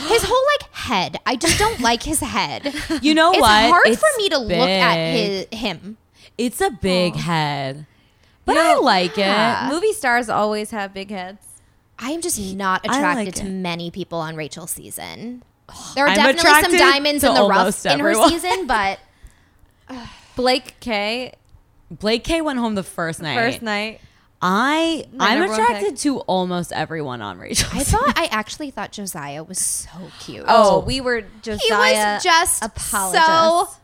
S3: His whole like head. I just don't like his head.
S1: (laughs) You know
S3: it's
S1: what?
S3: hard
S1: It's
S3: for me to look at
S1: big.
S3: his him.
S1: It's a big head, but I like
S3: yeah.
S1: it.
S4: Uh, Movie stars always have big heads.
S3: I am just not
S1: I like
S3: attracted to
S1: it.
S3: many people on
S1: (sighs)
S3: Rachel's season. There are
S1: I'm
S3: definitely some
S1: attracted
S3: diamonds
S1: to
S3: in the rough
S1: almost
S3: in her
S1: everyone. (laughs)
S3: season, but
S4: Blake K,
S1: Blake K went home the first night.
S4: first night.
S1: I
S4: My
S1: I'm
S4: number one
S1: attracted to almost everyone on Rachel.
S3: I thought I actually thought Josiah was so cute.
S4: Oh, we were Josiah.
S3: he was
S4: (laughs)
S3: just so
S4: apologist.
S3: cute.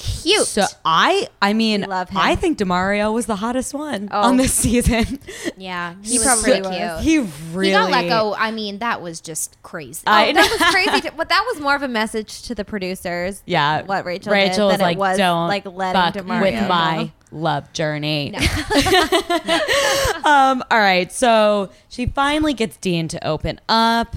S1: (laughs) So I I mean
S4: We love him.
S1: I think Demario was the hottest one
S4: Oh.
S1: on this (laughs) season.
S3: yeah, he, was
S4: probably
S3: pretty
S4: was.
S1: He
S3: cute.
S1: really
S3: He got let go. I mean, that was just crazy.
S1: I
S4: Oh, that was crazy. To, but that was (laughs) more of a message to the producers.
S1: Yeah,
S4: what Rachel,
S1: Rachel was
S4: did than
S1: like,
S4: it was
S1: don't
S4: like letting
S1: fuck
S4: Demario
S1: with
S4: know.
S1: my love journey. (laughs) um, all right, so she finally gets Dean to open up,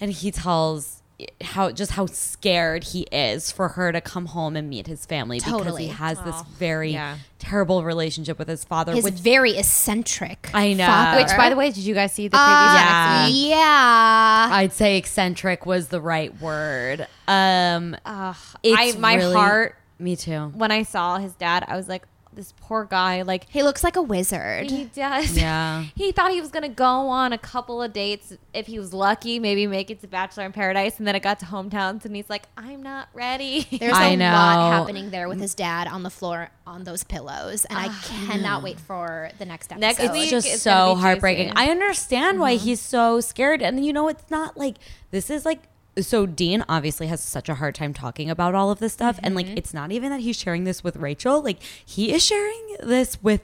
S1: and he tells how just how scared he is for her to come home and meet his family because
S3: Totally.
S1: he has this very
S4: Yeah.
S1: terrible relationship with his father,
S3: his
S1: which
S3: very eccentric.
S1: I know.
S3: father.
S1: Which,
S4: By the way, did you guys see the previous?
S3: Uh,
S1: Yeah.
S3: yeah.
S1: I'd say eccentric was the right word. Um,
S4: Ugh,
S1: it's
S4: I, my
S1: really-
S4: heart
S1: Me too.
S4: (laughs) when I saw his dad, I was like, this poor guy. Like
S3: He looks like a wizard.
S4: He (laughs) does.
S1: Yeah.
S4: he thought he was gonna go on a couple of dates if he was lucky, maybe make it to Bachelor in Paradise, and then it got to hometowns, and he's like, "I'm not ready." (laughs)
S3: There's a
S1: I
S3: lot
S1: know.
S3: happening there with his dad on the floor on those pillows, and I
S1: Ah.
S3: cannot wait for the next episode.
S4: Next
S1: it's
S4: week.
S1: just
S4: is
S1: so
S4: gonna be
S1: heartbreaking. I
S4: juicy.
S1: understand why
S3: Mm-hmm.
S1: he's so scared. And you know, it's not like this is like so Dean obviously has such a hard time talking about all of this stuff. And
S3: Mm-hmm.
S1: like it's not even that he's sharing this with Rachel. Like he is sharing this with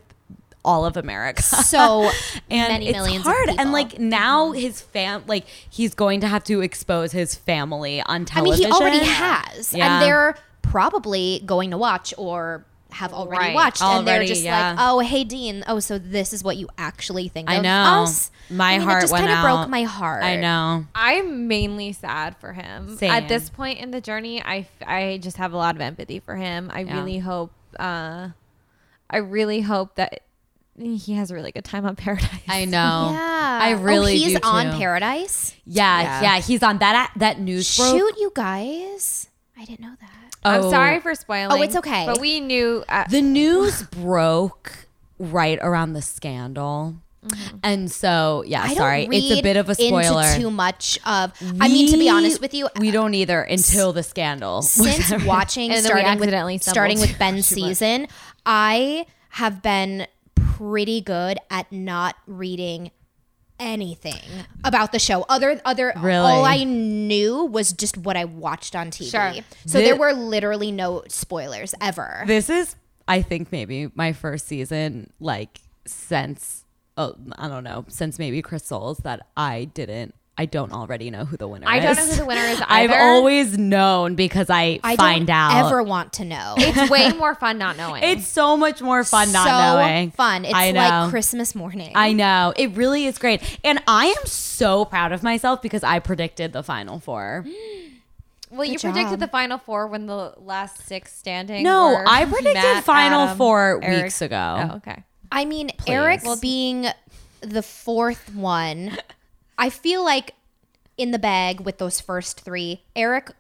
S1: all of America.
S3: (laughs) So
S1: (laughs) and
S3: many
S1: it's
S3: millions of
S1: hard.
S3: people. Mm-hmm.
S1: and like now his fam like he's going to have to expose his family on
S3: I mean,
S1: television.
S3: he already has,
S1: Yeah.
S3: and they're probably going to watch or have already
S4: Right.
S3: watched, and they're
S1: Already,
S3: just
S1: yeah.
S3: like, "Oh, hey, Dean. Oh, so this is what you actually think
S1: I
S3: of
S1: know.
S3: us."
S1: My
S3: I mean,
S1: heart
S3: it just
S1: went
S3: kinda
S1: out.
S3: broke my heart.
S1: I know.
S4: I'm mainly sad for him
S1: Same.
S4: at this point in the journey. I I just have a lot of empathy for him. I
S1: Yeah.
S4: really hope. uh I really hope that he has a really good time on Paradise.
S1: I know.
S3: Yeah,
S1: I really
S3: Oh, he's
S1: do
S3: on
S1: too.
S3: Paradise.
S1: Yeah,
S4: Yeah.
S1: yeah, He's on that that news broke.
S3: Shoot, you guys! I didn't know that.
S4: I'm
S1: Oh.
S4: sorry for spoiling.
S3: it's okay.
S4: But we knew. Uh,
S1: (laughs) The news broke right around the scandal. And so, yeah,
S3: Mm-hmm. I
S1: sorry.
S3: don't
S1: It's a
S3: read
S1: bit of a spoiler.
S3: Into too much of. I mean, to be
S1: We-
S3: honest with you,
S1: we (laughs) don't either until the scandal.
S3: since watching
S2: And then we
S3: starting
S2: accidentally
S3: with
S2: stumbled
S3: starting
S2: too (laughs)
S3: with Ben's season, I have been pretty good at not reading anything about the show other other
S1: Really?
S3: all I knew was just what I watched on TV.
S2: Sure.
S3: So
S1: Thi-
S3: there were literally no spoilers ever.
S1: (laughs) this is i think maybe my first season like since oh i don't know since maybe chris souls that i didn't i don't already know who the winner
S2: I
S1: is
S2: don't know who
S1: (laughs)
S2: the winner is
S1: i've
S2: either.
S1: always known because i,
S3: I
S1: find
S3: don't
S1: out
S3: ever want to know.
S2: It's
S1: (laughs)
S2: way more fun not knowing.
S1: it's so much more fun not
S3: so
S1: knowing
S3: fun. It's
S1: I know.
S3: like Christmas morning.
S1: I know. It really is great. And I am so proud of myself because I predicted the final four.
S2: well, you
S3: Good
S2: predicted
S3: job.
S2: the final four when the last six standing.
S1: No,
S2: were
S1: I predicted
S2: (laughs) Matt,
S1: final
S2: Adam,
S1: four
S2: Eric.
S1: weeks ago.
S2: Oh, okay.
S3: I mean, Eric being the fourth one, I feel like in the bag with those first three. Eric,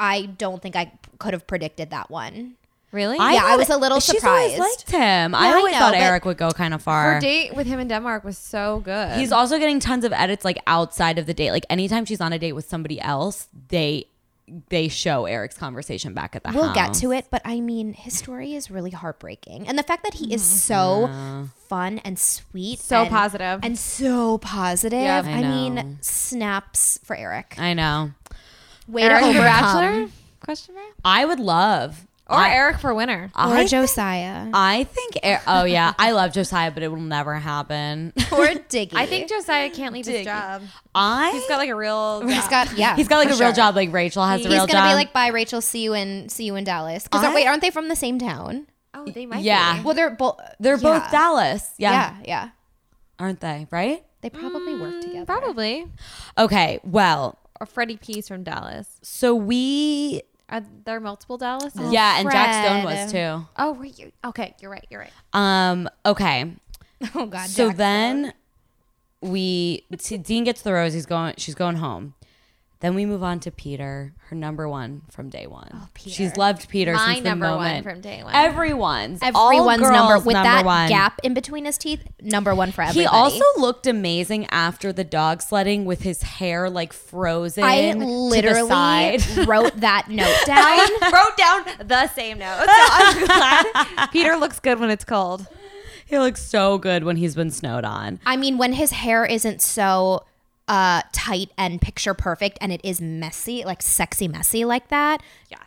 S3: I don't think I could have predicted that one.
S2: Really?
S3: Yeah, I
S1: thought-
S3: was a little
S1: she's always
S3: surprised.
S1: liked him. I
S3: Yeah, I
S1: always
S3: know,
S1: thought
S3: but-
S1: Eric would go kind of far.
S2: Her date with him in Denmark was so good.
S1: He's also getting tons of edits like outside of the date. Like anytime she's on a date with somebody else, they they show Eric's conversation back at the
S3: We'll
S1: house.
S3: get to it, but I mean, his story is really heartbreaking, and the fact that he is
S1: Mm-hmm.
S3: so fun and sweet,
S2: So
S3: and-
S2: positive.
S3: and so positive.
S2: Yeah.
S3: I,
S1: I know.
S3: mean, snaps for Eric.
S1: I know.
S3: Way
S2: Eric
S3: to
S2: for
S3: overcome.
S2: Bachelor? Question mark?
S1: I would love
S2: Or
S1: I,
S2: Eric for winner?
S1: I
S3: Or
S1: think-
S3: Josiah.
S1: I think. Er- oh yeah, I love Josiah, but it will never (laughs) happen.
S3: Or Diggy.
S2: I think Josiah can't leave his job.
S1: I
S2: He's got like a real.
S3: he's got yeah.
S1: he's got like
S3: for
S1: a real
S3: sure.
S1: job, like Rachel has a
S3: He's
S1: real
S3: gonna
S1: job.
S3: be like, "Bye, Rachel. See you in see you in Dallas." Because
S1: I-
S3: wait, aren't they from the same town?
S2: oh, they might.
S1: yeah,
S3: Well, they're both.
S1: they're both
S3: yeah.
S1: Dallas. Yeah. Mm,
S3: Yeah, yeah.
S1: aren't they? Right?
S3: They probably work
S2: be.
S3: together.
S2: probably.
S1: Okay. Well,
S2: Or Freddie Pease from Dallas.
S1: so we.
S2: Are there multiple Dallases?
S1: yeah, and Jack Stone
S3: Fred.
S1: was too.
S2: Oh, wait, you okay? You're right. You're right.
S1: Um. Okay.
S3: (laughs) Oh God.
S1: so
S3: Jack.
S1: then we t- Dean gets the rose. He's going. She's going home. Then we move on to Peter, her number one from day one.
S3: Oh,
S1: She's loved Peter
S2: My
S1: since the
S2: number one
S1: moment.
S2: from day one.
S1: Everyone's all
S3: everyone's number
S1: girls'
S3: with that
S1: one.
S3: gap in between his teeth, number one for everybody.
S1: He also looked amazing after the dog sledding with his hair like frozen.
S3: I
S1: to the
S3: literally
S1: side.
S3: (laughs)
S1: (laughs)
S3: wrote that note down.
S2: I (laughs) wrote down the same note. So I'm glad Peter looks good when it's cold.
S1: he looks so good when he's been snowed on.
S3: I mean, when his hair isn't so uh tight and picture perfect, and it is messy, like sexy messy, like that.
S2: Yes.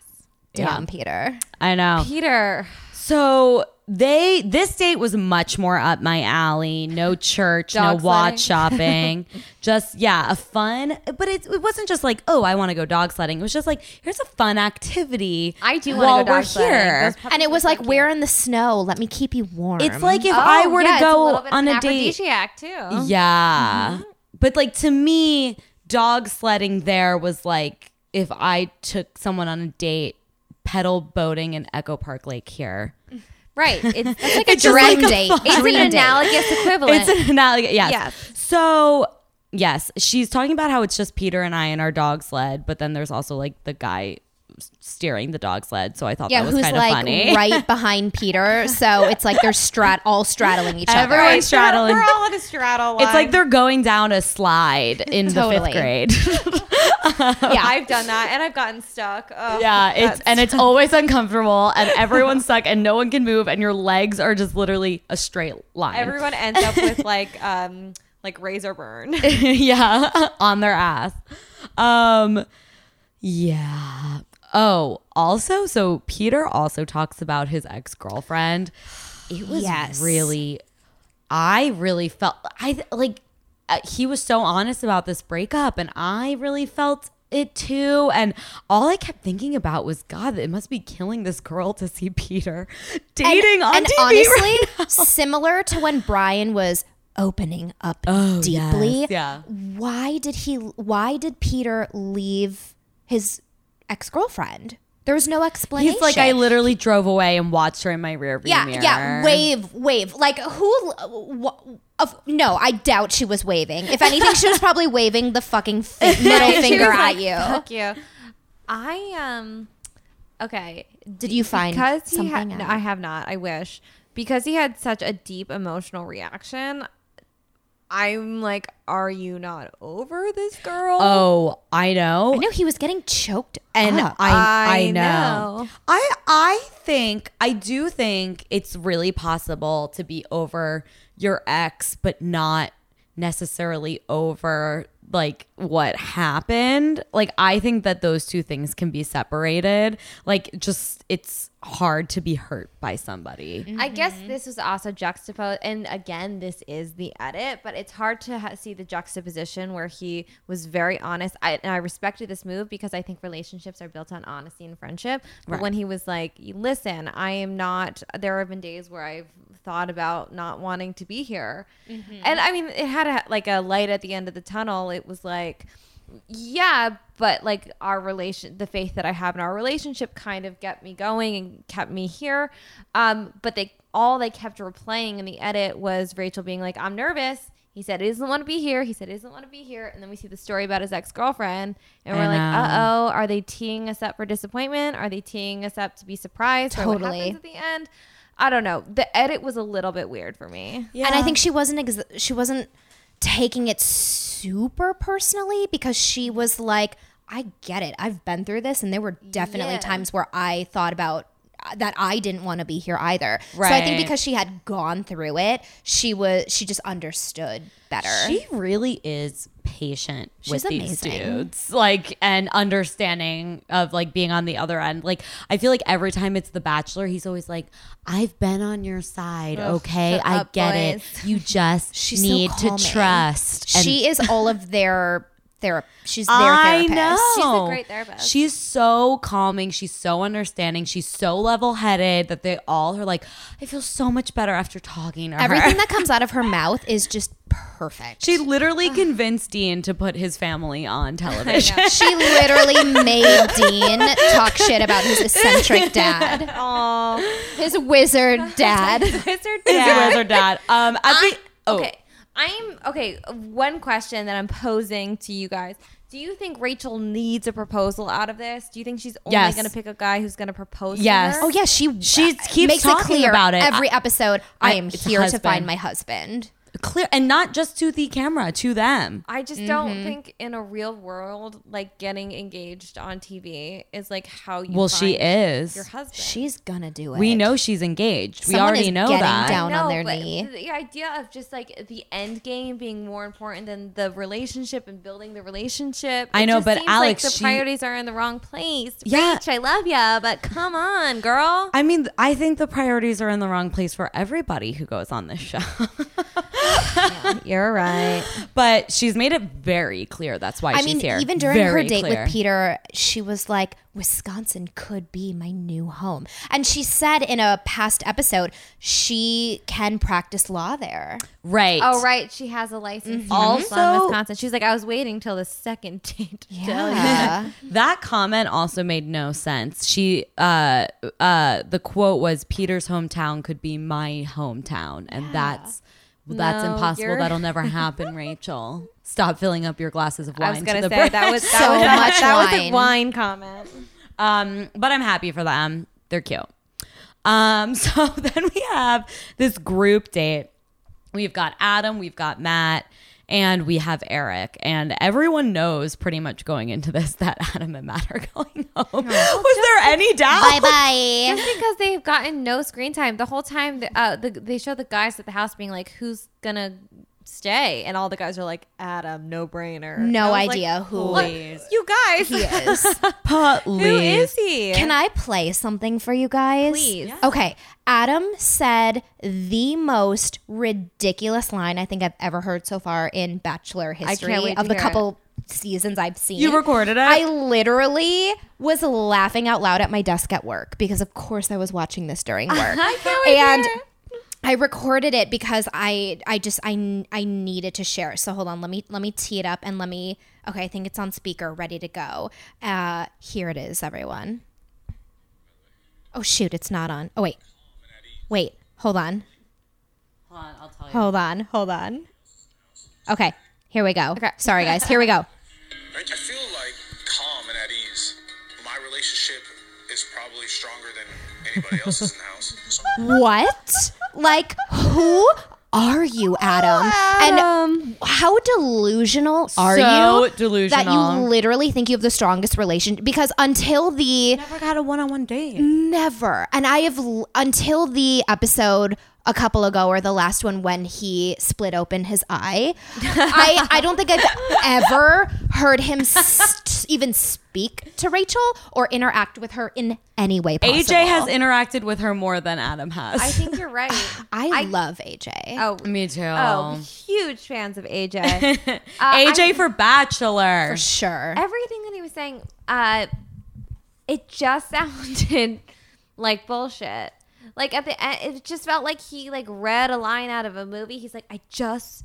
S3: Damn, Peter.
S1: I know.
S2: Peter.
S1: So they this date was much more up my alley. No church,
S2: Dog
S1: no watch
S2: sledding. (laughs)
S1: shopping. just yeah, a fun. But it, it wasn't just like oh, I want to go dog sledding. It was just like here's a fun activity.
S2: I do want to
S1: while
S2: go dog
S1: we're
S2: sledding.
S1: here.
S2: Those
S3: And it was like, we're in the snow. Let me keep you warm.
S1: It's like if I
S2: Oh,
S1: were
S2: yeah,
S1: to
S2: it's a
S1: go
S2: little bit of
S1: on
S2: an
S1: a date.
S2: aphrodisiac, too.
S1: Yeah, Mm-hmm. but like to me, dog sledding there was like if I took someone on a date, pedal boating in Echo Park Lake here.
S2: Right.
S1: (laughs)
S2: It's, it's like
S3: a
S1: It's just
S3: dream
S1: like a
S3: date.
S1: fun-
S2: it's
S3: dream
S2: an
S3: date.
S2: analogous equivalent.
S1: (laughs) It's an analogous. Yes.
S2: Yes.
S1: So yes, she's talking about how it's just Peter and I and our dog sled, but then there's also like the guy s- steering the dog sled. So I thought
S3: Yeah,
S1: that was
S3: who's
S1: kind
S3: like
S1: of funny. (laughs)
S3: right behind Peter. So it's like they're strat all straddling each (laughs)
S1: Everyone
S3: other.
S1: straddling.
S4: We're all in a straddle line.
S1: it's like they're going down a slide in the
S3: Totally.
S1: fifth grade. (laughs)
S3: Yeah.
S4: I've done that and I've gotten stuck. Ugh,
S1: yeah, it's
S4: Oh, that's-
S1: and it's always uncomfortable, and
S4: (laughs)
S1: everyone's stuck, and no one can move, and your legs are just literally a straight line.
S4: everyone ends up with like um like razor burn. (laughs)
S1: (laughs) yeah, on their ass. Um yeah. Oh, also so Peter also talks about his ex-girlfriend. It was
S3: Yes.
S1: really I really felt I like uh, he was so honest about this breakup and I really felt it too and all I kept thinking about was god it must be killing this girl to see Peter dating on
S3: and
S1: TV
S3: honestly,
S1: right
S3: similar to when Brian was opening up
S1: (laughs) Oh,
S3: deeply.
S1: yes, yeah.
S3: Why did he why did Peter leave his ex-girlfriend? There was no explanation.
S1: He's like, I literally drove away and watched her in my rear view
S3: yeah,
S1: mirror.
S3: yeah, wave, wave. Like who? Wh- of, no, I doubt she was waving. If anything, she was probably waving the
S1: (laughs)
S3: fucking fi- middle
S2: She
S3: finger
S2: was like,
S3: at you.
S2: (laughs) Fuck you. I um okay.
S3: Did you find
S4: because he had
S3: something?
S4: no,
S3: out?
S4: I have not. I wish because he had such a deep emotional reaction. I'm like, are you not over this girl?
S1: Oh, I know.
S3: I know he was getting choked.
S1: and
S3: up.
S1: I,
S4: I
S1: I know.
S4: know.
S1: I I think I do think it's really possible to be over your ex, but not necessarily over like what happened. Like I think that those two things can be separated. Like just it's hard to be hurt by somebody. (laughs)
S4: I guess
S2: Mm-hmm.
S4: this was
S2: (laughs)
S4: also juxtaposed, and again, this is the edit, but it's hard to ha- see the juxtaposition where he was very honest. I, and I respected this move because I think relationships are built on honesty and friendship. But
S1: Right.
S4: when he was like, "Listen, I am not," there have been days where I've thought about not wanting to be here, and I mean, it had a, like a light at the end of the tunnel. It was like. Yeah, but like our relation, the faith that I have in our relationship kind of kept me going and kept me here. Um, but they all they kept replaying in the edit was Rachel being like, "I'm nervous." He said he doesn't want to be here. He said he doesn't want to be here. And then we see the story about his ex girlfriend, and
S1: I
S4: we're like,
S1: know.
S4: "Uh oh, are they teeing us up for disappointment? Are they teeing us up to be surprised by what
S3: Totally.
S4: happens at the end?" I don't know. The edit was a little bit weird for me. (laughs)
S3: And I think she wasn't ex- she wasn't taking it super personally because she was like, I get it. I've been through this, and there were definitely
S4: Yeah.
S3: times where I thought about uh, that I didn't want to be here either. So I
S1: Right.
S3: think because she had gone through it, she was she just understood better.
S1: She really is patient with
S3: She's
S1: these
S3: amazing.
S1: dudes. Like and understanding of like being on the other end. Like I feel like every time it's the bachelor, he's always like, I've been on your side, okay?
S4: shut
S1: I
S4: up,
S1: get
S4: boys."
S1: it. You just
S3: (laughs) She's so
S1: need to
S3: calming.
S1: trust. And
S3: she is all of their therapy. She's their
S1: I
S3: therapist.
S1: know.
S4: She's a great therapist.
S1: She's so calming. She's so understanding. She's so level headed that they all are like, I feel so much better after talking to her. (laughs)
S3: Everything that comes out of her mouth is just perfect.
S1: she literally convinced Dean to put his family
S3: (laughs)
S1: on television.
S3: She literally made Dean talk shit about his eccentric dad,
S4: Aw,
S3: his wizard dad.
S4: it's her
S1: (laughs) yeah.
S4: dad.
S1: wizard dad. Um, at the,
S3: Uh,
S1: oh,
S4: Okay. I'm okay. One question that I'm posing to you guys. Do you think Rachel needs a proposal out of this? Do you think she's only
S1: Yes.
S4: going to pick a guy who's going to propose
S1: Yes.
S4: to her?
S3: Oh yeah, she
S1: She keeps
S3: makes it
S1: talking
S3: clear
S1: about it.
S3: every episode. I,
S1: I-
S3: am
S1: it's
S3: here to
S1: husband.
S3: find my husband.
S1: clear, and not just to the camera, to them.
S4: I just
S1: Mm-hmm.
S4: don't think in a real world, like getting engaged on TV is like how you
S1: Well, she
S4: find
S1: is.
S4: your husband.
S3: She's gonna do it.
S1: We know she's engaged. we
S3: Someone
S1: already
S3: is
S1: know
S3: getting
S1: that.
S3: down. on their
S4: but
S3: knee.
S4: The idea of just like the end game being more important than the relationship and building the relationship.
S1: I
S4: it
S1: know,
S4: just
S1: but
S4: seems
S1: Alex,
S4: like the
S1: she-
S4: priorities are in the wrong place.
S1: Yeah.
S4: Rach, I love ya, but come on, girl.
S1: I mean, I think the priorities are in the wrong place for everybody who goes on this show. (laughs)
S4: You're right.
S1: but she's made it very clear that's why
S3: I
S1: she's
S3: mean,
S1: here.
S3: even during her
S1: Very
S3: date
S1: clear.
S3: with Peter, she was like, "Wisconsin could be my new home," and she said in a past episode she can practice law there.
S1: right? Mm-hmm. Oh.
S4: Oh, right. She has a license in
S1: Also-
S4: Wisconsin. She's like, I was waiting till the second (laughs) date. to tell you."
S3: Yeah.
S1: That comment also made no sense. She, uh, uh, the quote was, "Peter's hometown could be my hometown," and that's that's
S4: No,
S1: impossible.
S4: you're-
S1: That'll
S4: (laughs)
S1: never happen, Rachel. Stop filling up your glasses of wine.
S4: I was
S1: to
S4: gonna
S1: the
S4: say
S1: brim.
S4: that was
S1: (laughs)
S4: that
S3: So
S4: was
S3: much (laughs)
S4: that was a
S3: wine.
S4: wine comment.
S1: Um, but I'm happy for them. They're cute. Um, (laughs) so then we have this group date. We've got Adam, we've got Matt, and we have Eric. And everyone knows pretty much going into this (laughs) that Adam and Matt are going home. (laughs) Was there any doubt?
S3: bye bye.
S4: Just because they've gotten no screen time the whole time, the, uh, the, they show the guys at the house being like, "Who's gonna stay?" And all the guys are like, "Adam, no brainer."
S3: No
S4: And I was
S3: idea
S4: like,
S3: who
S4: "What? (laughs)
S1: Please.
S4: You guys,
S3: He is.
S1: (laughs) Please.
S4: who is he?
S3: Can I play something for you guys?
S4: Please. Yeah.
S3: Okay. Adam said the most ridiculous line I think I've ever heard so far in Bachelor history
S4: wait to
S3: of the
S4: hear
S3: couple seasons I've seen.
S1: You recorded it?
S4: (laughs)
S3: I literally was laughing out loud at my desk at work because, of course, I was watching this during work.
S4: (laughs)
S3: I
S4: can't wait to
S3: and
S4: hear it.
S3: I recorded it because I I just I I needed to share. So hold on, let me let me tee it up and let me okay, I think it's on speaker, ready to go. Uh here it is, everyone. Oh shoot, it's not on. Oh wait. Wait, hold on.
S1: Hold on, I'll tell you.
S3: Hold on. Hold on. Okay, here we go.
S4: Okay.
S3: Sorry guys, here we go.
S5: I feel like calm and at ease. My relationship is probably stronger than anybody else's in the house. So
S3: What? Like who are you, Adam? And how delusional are
S1: So
S3: you that
S1: delusional.
S3: you literally think you have the strongest relationship? Because until the
S1: Never got a one-on-one date.
S3: Never. And I have l- until the episode a couple ago or the last one when he split open his
S1: (laughs)
S3: eye. I I don't think I've ever heard him s- even speak to Rachel or interact with her in any way possible.
S1: AJ has interacted with her more than Adam has.
S4: I think you're right.
S3: I, love AJ.
S4: Oh,
S1: Me too.
S4: oh,
S1: (laughs)
S4: huge fans of AJ. Uh,
S1: AJ for Bachelor.
S3: for sure.
S4: everything that he was saying, uh, it just (laughs) sounded like bullshit. Like at the end, it just felt like he like read a line out of a movie. He's like, I just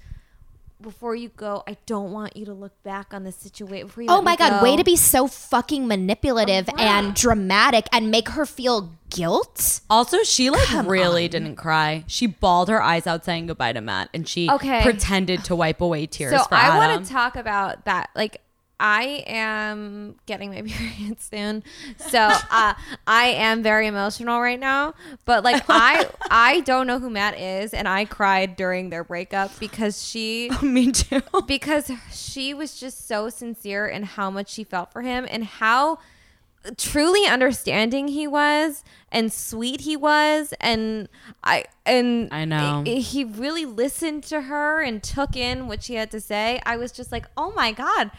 S4: before you go, I don't want you to look back on this situation.
S3: Oh my god, way to be so fucking manipulative
S1: Oh,
S3: and dramatic and make her feel guilt.
S1: Also, she like really didn't cry. She bawled her eyes out saying goodbye to Matt, and she
S4: Okay.
S1: pretended to wipe away tears.
S4: So
S1: for
S4: I
S1: Adam.
S4: want to talk about that. Like I am getting my (laughs) period soon, so uh, I am very emotional right now. But like I, I don't know who Matt is, and I cried during their breakup because she (laughs)
S1: Me too.
S4: because she was just so sincere in how much she felt for him and how truly understanding he was and sweet he was and i and
S1: I know.
S4: i- i- he really listened to her and took in what she had to say i was just like oh my god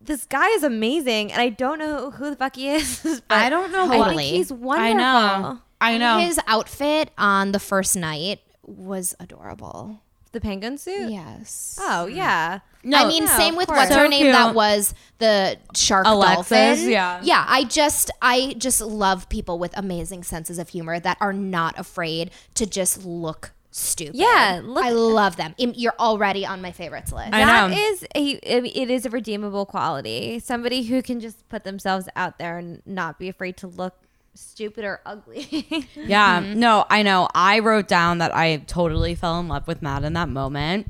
S4: this guy is amazing and i don't know who the fuck he is (laughs) but
S3: I don't know
S4: i think
S3: totally.
S4: he's
S1: I
S4: wonderful
S1: know. I know.
S3: His outfit on the first night was adorable.
S4: the penguin suit
S3: Yes.
S4: oh yeah
S1: no,
S3: I mean,
S4: yeah,
S3: same
S4: of
S3: with
S4: course.
S3: what's
S1: So
S3: her name
S1: cute.
S3: that was the shark
S1: Alexis,
S3: dolphin.
S1: yeah.
S3: yeah. I just, I just love people with amazing senses of humor that are not afraid to just look stupid.
S4: Yeah, look-
S3: I love them. Im- You're already on my favorites list.
S1: I
S4: That
S1: know.
S4: is a it- it is a redeemable quality. Somebody who can just put themselves out there and not be afraid to look stupid or ugly. (laughs)
S1: Yeah.
S4: Mm-hmm.
S1: No, I know. I wrote down that I totally fell in love with Matt in that moment.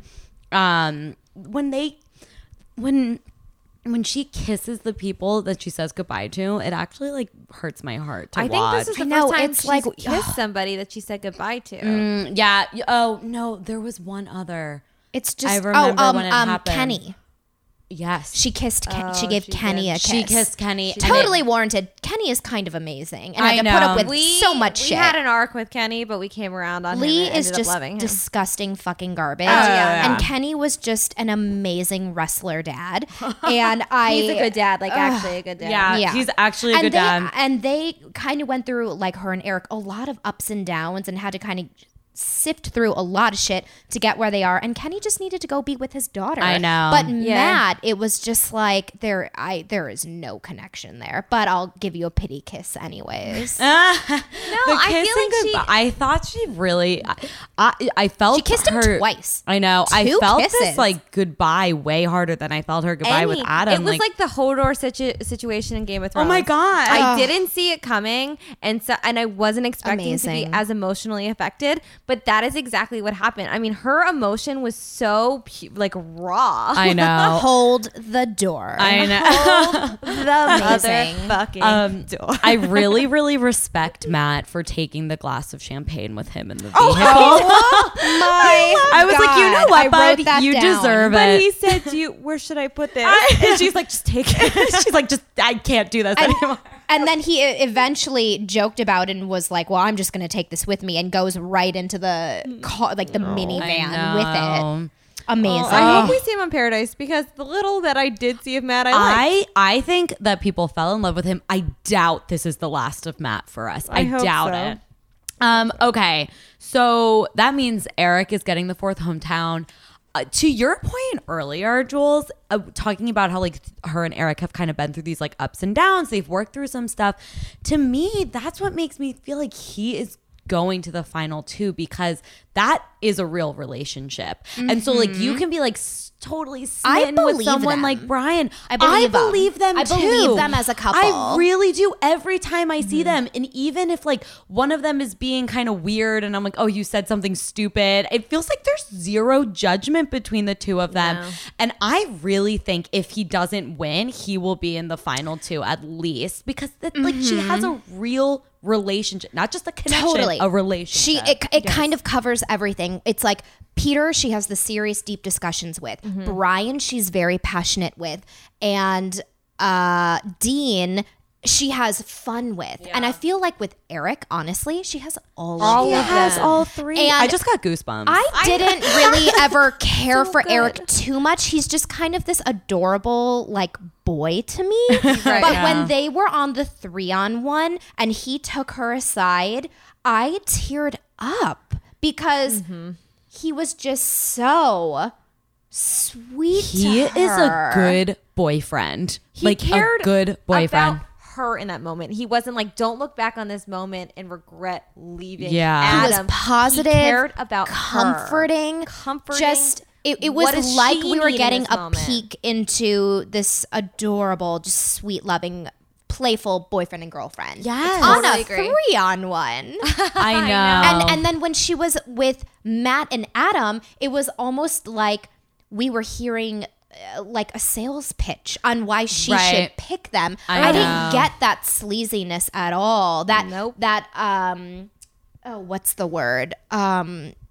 S1: Um when they when when she kisses the people that she says goodbye to, it actually like hurts my heart to
S4: I think
S1: watch.
S4: this is the
S3: I know,
S4: first time
S3: it's
S4: she's
S3: like-
S4: kissed somebody that she said goodbye to.
S1: Mm, yeah. y- Oh, no, there was one other.
S3: It's just,
S1: I remember
S3: oh, um,
S1: when it
S3: um,
S1: happened.
S3: Kenny.
S1: Yes.
S3: She kissed, Ken- she gave
S4: she
S3: Kenny a kiss.
S1: She kissed Kenny. and it-
S3: Totally warranted. Kenny is kind of amazing, and I,
S1: I
S3: can put up
S1: know.
S3: with so much
S4: we
S3: shit.
S4: had an arc with Kenny, but we came around on him
S3: Lee
S4: and
S3: is
S4: ended up
S3: just
S4: loving him. Oh,
S3: disgusting fucking garbage.
S1: yeah.
S3: And Kenny was just an amazing wrestler
S4: (laughs)
S3: dad. And I
S4: He's a good dad, like actually a good dad.
S1: yeah,
S3: Yeah.
S1: He's actually a
S3: and
S1: good
S3: they,
S1: dad.
S3: And they kind of went through like her and Eric a lot of ups and downs and had to kind of sift through a lot of shit to get where they are. And Kenny just needed to go be with his daughter.
S1: I know.
S3: But
S1: Yeah.
S3: Matt, it was just like there I there is no connection there. But I'll give you a pity kiss
S1: (laughs)
S3: anyways.
S1: the
S4: I feel
S1: kissing
S4: like she-
S1: goodbye. I thought she really. I, I, I felt
S3: She kissed him
S1: her-
S3: twice.
S1: I know. I
S3: Two
S1: felt
S3: kisses.
S1: this like goodbye way harder than I felt her goodbye with
S4: Any-
S1: Adam.
S4: It was like, the Hodor situ- situation in Game of
S1: oh
S4: Thrones.
S1: my god,
S4: I didn't see it coming, and so and I wasn't expecting to
S3: Amazing.
S4: be as emotionally affected. But that is exactly what happened. I mean, her emotion was so pu- like
S1: (laughs)
S4: raw.
S3: (laughs)
S1: I know.
S3: Hold the door.
S1: Oh. I know.
S3: Amazing.
S4: fucking
S1: Um, I
S3: (laughs)
S1: really, really respect Matt for taking the glass of champagne with him in the vehicle.
S3: my
S1: I was like, you know
S3: Oh God.
S1: what,
S3: I wrote
S1: bud,
S3: that
S1: you
S3: down.
S1: deserve
S4: but
S1: it.
S4: he said, "Do you? Where should I put this?"
S1: (laughs) and she's like, just take it. (laughs) She's like, just I can't do this anymore.
S3: And then he e-, eventually joked about it and was like, "Well, I'm just going to take this with me," and goes right into the car, like
S1: Oh,
S3: the minivan with it. Amazing.
S4: I hope we see him on Paradise because the little that I did see of Matt, I, liked.
S1: I I think that people fell in love with him. I doubt this is the last of Matt for us. I,
S4: hope
S1: doubt
S4: so.
S1: it. Um. Okay. So that means Eric is getting the fourth hometown. Uh, to your point earlier, Jules, uh, talking about how like th- her and Eric have kind of been through these like ups and downs. They've worked through some stuff. To me, that's what makes me feel like he is going to the final two because that is a real relationship. And so like you can be like s- totally
S3: I
S1: smitten with
S3: believe
S1: someone
S3: them.
S1: like Brian. I
S3: believe them.
S1: believe them.
S3: I believe
S1: too.
S3: them as a
S1: I
S3: couple. Mm-hmm.
S1: really do every time I see them. And even if like one of them is being kind of weird and I'm like, oh, you said something stupid, it feels like there's zero judgment between the two of them. And I really think if he doesn't win, he will be in the final two at least because that, like she has a real relationship, not just a connection,
S3: Mm-hmm. totally
S1: a relationship.
S3: She it, it kind of covers everything. It's like Peter, she has the serious deep discussions with
S4: Mm-hmm.
S3: Brian. She's very passionate with, and uh, Dean. She has fun with, and I feel like with Eric, honestly, she has all, of
S4: All of
S3: them.
S4: them. has all
S1: three.
S3: And-
S1: I just got goosebumps.
S3: I
S1: (laughs)
S3: didn't really ever care for Eric too much. He's just kind of this adorable like boy to
S1: (laughs)
S3: me. But when they were on the 3 on 1 and he took her aside, I teared up because
S1: Mm-hmm.
S3: he was just so sweet.
S1: he
S3: to
S1: is a
S3: her.
S1: good boyfriend. like a good
S3: (laughs)
S1: boyfriend.
S4: about her in that moment. He wasn't like, "Don't look back on this moment and regret leaving."
S1: Yeah.
S3: He was
S4: Adam."
S3: positive,
S4: He cared about her.
S3: comforting,
S4: Comforting.
S3: Just it, it
S4: What does
S3: was like
S4: she
S3: we were
S4: need in
S3: getting
S4: this
S3: a
S4: moment?
S3: peek into this adorable, just sweet, loving, playful boyfriend and girlfriend.
S1: Yes.
S3: on
S2: Totally
S3: a
S2: agree.
S3: three on one.
S1: I know. Um,
S3: And and then when she was with Matt and Adam, it was almost like we were hearing uh, like a sales pitch on why she
S1: Right.
S3: should pick them.
S1: I
S3: I,
S1: know.
S3: didn't get that sleaziness at all. That
S4: Nope.
S3: that um oh what's the word? Um (sighs)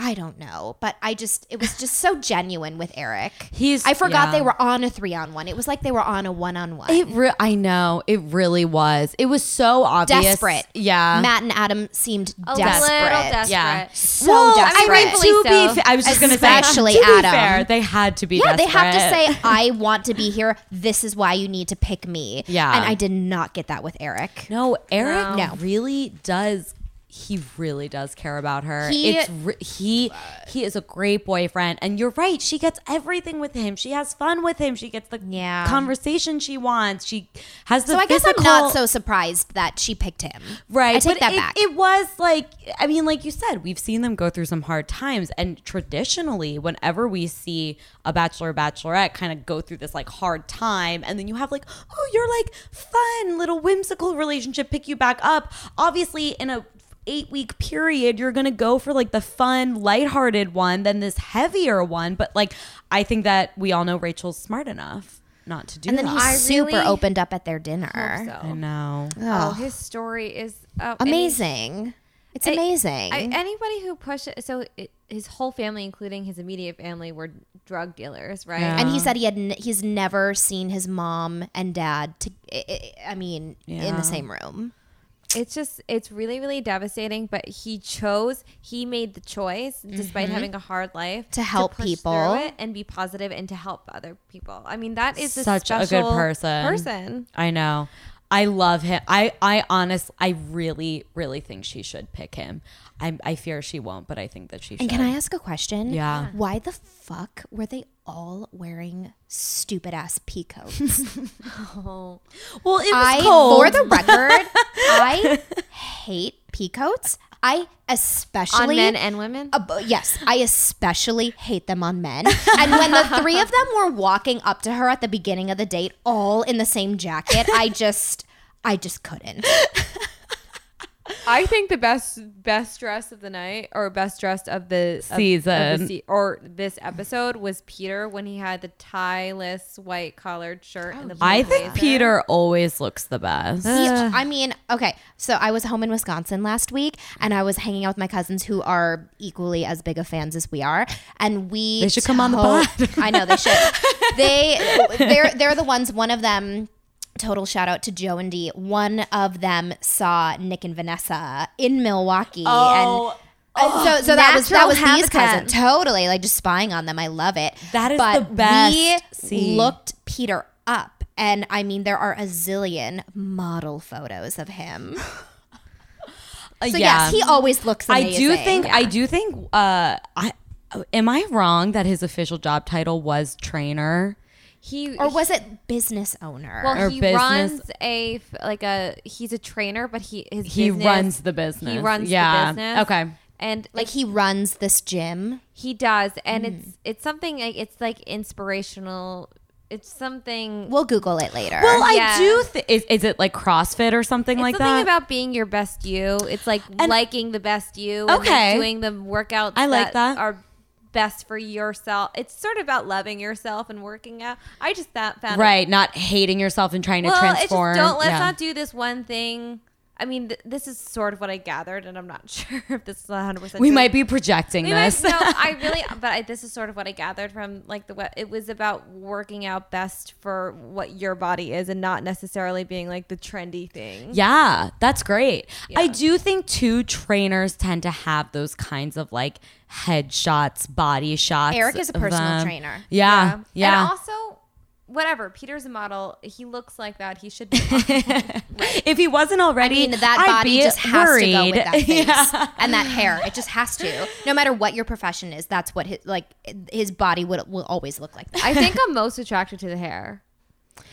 S3: I don't know, but I just it was just so genuine with Eric.
S1: He's-
S3: I forgot
S1: yeah.
S3: they were on a 3 on 1. It was like they were on a 1 on 1.
S1: It re- I know it really was. It was so obvious.
S3: Desperate.
S1: Yeah.
S3: Matt and Adam seemed
S2: A
S3: desperate.
S2: little desperate.
S1: Yeah.
S3: So desperate.
S1: I mean, to
S2: Rightfully so.
S1: be, fa- I was just going to say,
S3: Especially
S1: to be
S3: Adam.
S1: fair, they had to be.
S3: Yeah, they have to
S1: desperate.
S3: say, I want to be here. This is why you need to pick me.
S1: Yeah.
S3: And I did not get that with Eric.
S1: No, Eric
S3: No.
S1: really does. He really does care about her.
S3: He-
S1: it's re- he he is a great boyfriend, and you're right. She gets everything with him. She has fun with him. She gets the
S3: Yeah.
S1: conversation she wants. She has the.
S3: So I guess I'm
S1: physical-
S3: not so surprised that she picked him.
S1: Right.
S3: I take
S1: but
S3: that
S1: it,
S3: back.
S1: It was like, I mean, like you said, we've seen them go through some hard times. And traditionally, whenever we see a bachelor or bachelorette kind of go through this like hard time, and then you have like, oh, you're like fun, little whimsical relationship, pick you back up. Obviously, in a eight week period, you're going to go for like the fun, lighthearted one, then this heavier one. But like, I think that we all know Rachel's smart enough not to do
S3: and then
S1: that.
S3: he super
S4: really
S3: opened up at their dinner.
S1: I
S4: So,
S1: know.
S4: oh, his story is oh, and he-
S3: Amazing. It's
S4: I-
S3: amazing.
S4: I, anybody who pushes, so it, his whole family, including his immediate family, were drug dealers, right?
S1: Yeah.
S3: and he said he had n- he's never seen his mom and dad to I- I, I mean in
S1: Yeah.
S3: the same room.
S4: it's just it's really really devastating but he chose he made the choice
S1: Mm-hmm.
S4: despite having a hard life
S3: To help
S4: push
S3: people.
S4: through it and be positive and to help other people i mean that is
S1: Such a
S4: a
S1: good
S4: special
S1: person.
S4: person
S1: I know. I love him. I I honest I really really think she should pick him. I I fear she won't, but I think that she should.
S3: And can I ask a question?
S1: Yeah.
S3: Why the fuck were they all wearing stupid ass pea coats?
S1: well, it was
S3: I,
S1: cold.
S3: for the
S1: (laughs)
S3: record, I hate peacoats. I especially
S4: on men and women
S3: ab- yes, I especially hate them on men. And when the three of them were walking up to her at the beginning of the date, all in the same jacket, I just, I just couldn't.
S4: i think the best best dress of the night or best dressed of the of- of the
S1: Season.
S4: se- or this episode was peter when he had the tie-less white collared shirt and the blue
S1: I think
S4: blazer.
S1: Peter always looks the best.
S3: Yeah, I mean, okay. So I was home in Wisconsin last week, and I was hanging out with my cousins who are equally as big of fans as we are, and we
S1: They should come on the pod.
S3: (laughs) I know they should.
S1: (laughs)
S3: they they're they're the ones. One of them. Total shout out to Joe and Dee. One of them saw Nick and Vanessa in Milwaukee, and.
S1: Oh.
S3: and so, so that was
S2: natural
S3: that was these
S2: habitat.
S3: cousins. Totally, like just spying on them. I love it.
S1: That is
S3: but
S1: the best
S3: We
S1: scene.
S3: looked looked Peter up. And I mean, there are a zillion model photos of him.
S1: Uh,
S3: So yes, he always looks. Amazing.
S1: I do think I do think uh I am I wrong that his official job title was trainer?
S4: he
S3: or was it business owner?
S4: Well,
S1: or
S4: he
S1: business-
S4: runs a f- like a he's a trainer, but he his
S1: He
S4: business-
S1: runs the business.
S4: He runs
S1: Yeah.
S4: the business.
S1: Okay.
S4: and like
S3: like he runs this gym.
S4: he does, and
S1: Mm-hmm.
S4: it's it's something like it's like inspirational. It's something
S3: We'll Google it later.
S1: Well,
S4: Yeah.
S1: I do. Th- is is it like CrossFit or something
S4: it's
S1: like
S4: something
S1: that?
S4: about being your best you. It's like liking the best you. and, like,
S1: Okay.
S4: doing the workouts.
S1: I like that.
S4: are best for yourself. It's sort of about loving yourself and working out. I just that found it
S1: right, not hating yourself and trying to
S4: well,
S1: transform.
S4: It's just don't let's
S1: Yeah.
S4: not do this one thing. I mean, th- this is sort of what I gathered, and I'm not (laughs) sure if this is 100. percent
S1: we might be projecting
S4: We might,
S1: this.
S4: no,
S1: (laughs)
S4: I really, but I, this is sort of what I gathered from like the web. It was about working out best for what your body is, and not necessarily being like the trendy thing.
S1: Yeah, that's great. I
S4: Yeah.
S1: do think too trainers tend to have those kinds of like headshots, body shots.
S3: Eric is a
S1: of
S3: personal
S1: them.
S3: trainer.
S1: Yeah. Yeah.
S4: And also, whatever. Peter's a model. He looks like that. He should. be a model.
S1: if he wasn't already,
S3: I mean, that
S1: I'd
S3: body
S1: be
S3: just has to go
S1: worried.
S3: with that face
S1: (laughs) Yeah.
S3: and that hair. It just has to. No matter what your profession is, that's what his like his body would will always look like. That.
S4: (laughs) I think I'm most attracted to the hair.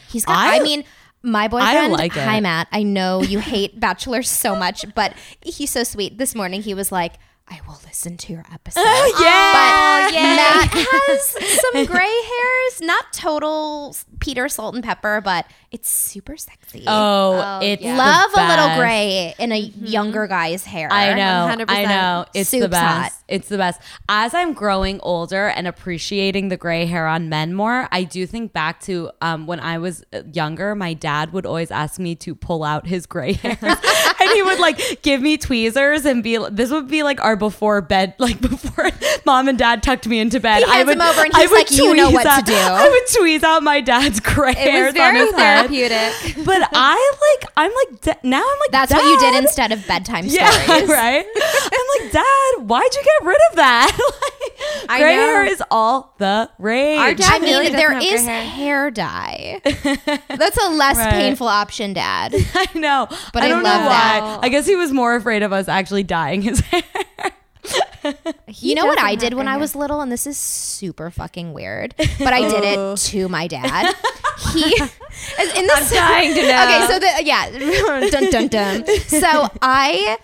S3: He's got.
S1: I-
S3: I, mean, my boyfriend.
S1: like it.
S3: Hi, Matt. I
S1: (laughs)
S3: know you hate Bachelor so much, but he's so sweet. This morning, he was like, "I will listen to your episode."
S1: (laughs) Yeah.
S3: But Matt
S1: (laughs)
S3: has some gray hairs, not total s- Peter Salt and Pepper, but it's super sexy.
S1: Oh, it's the
S3: Love a little
S1: best. Mm-hmm.
S3: gray in a younger guy's hair.
S1: I know.
S4: 100%.
S1: I know. It's the
S3: Soup's
S1: best.
S3: hot.
S1: It's the best. As I'm growing older and appreciating the gray hair on men more, I do think back to um, when I was younger, my dad would always ask me to pull out his gray (laughs) hairs. and he would like give me tweezers and be this would be like our before bed, (laughs) like before mom and dad tucked me into bed.
S3: He hands him over and he's like, "You know
S1: tweeze
S3: what to
S1: out-
S3: do."
S1: I would tweeze out my dad's gray hairs on his head.
S4: therapeutic.
S1: But I like I'm like da- now I'm like
S3: That's what you
S1: "Dad,
S3: did instead of
S1: (laughs)
S3: bedtime
S1: yeah,
S3: stories.
S1: right. I'm like, Dad, why'd you get rid of that? (laughs) like,
S4: I
S1: gray
S4: know.
S1: hair is all the rage.
S4: Our dad-
S3: I
S4: really
S3: mean,
S4: doesn't
S3: there
S4: have gray
S3: is
S4: hair.
S3: hair
S4: (laughs)
S3: dye. That's a less
S1: Right.
S3: painful option, Dad.
S1: (laughs) I know,
S3: But
S1: I
S3: I
S1: don't
S3: love
S1: know why.
S3: that.
S1: I guess he was more afraid of us actually dyeing his (laughs) hair.
S3: you know what
S4: doesn't
S3: I
S4: have
S3: did when
S4: gray
S3: I
S4: hair.
S3: was little, and this is super fucking weird, but I did
S4: Oh.
S3: it to my
S4: (laughs)
S3: dad. He is in the I'm
S4: dying to
S3: Okay,
S4: know.
S3: so the yeah, (laughs) dun dun dun. So I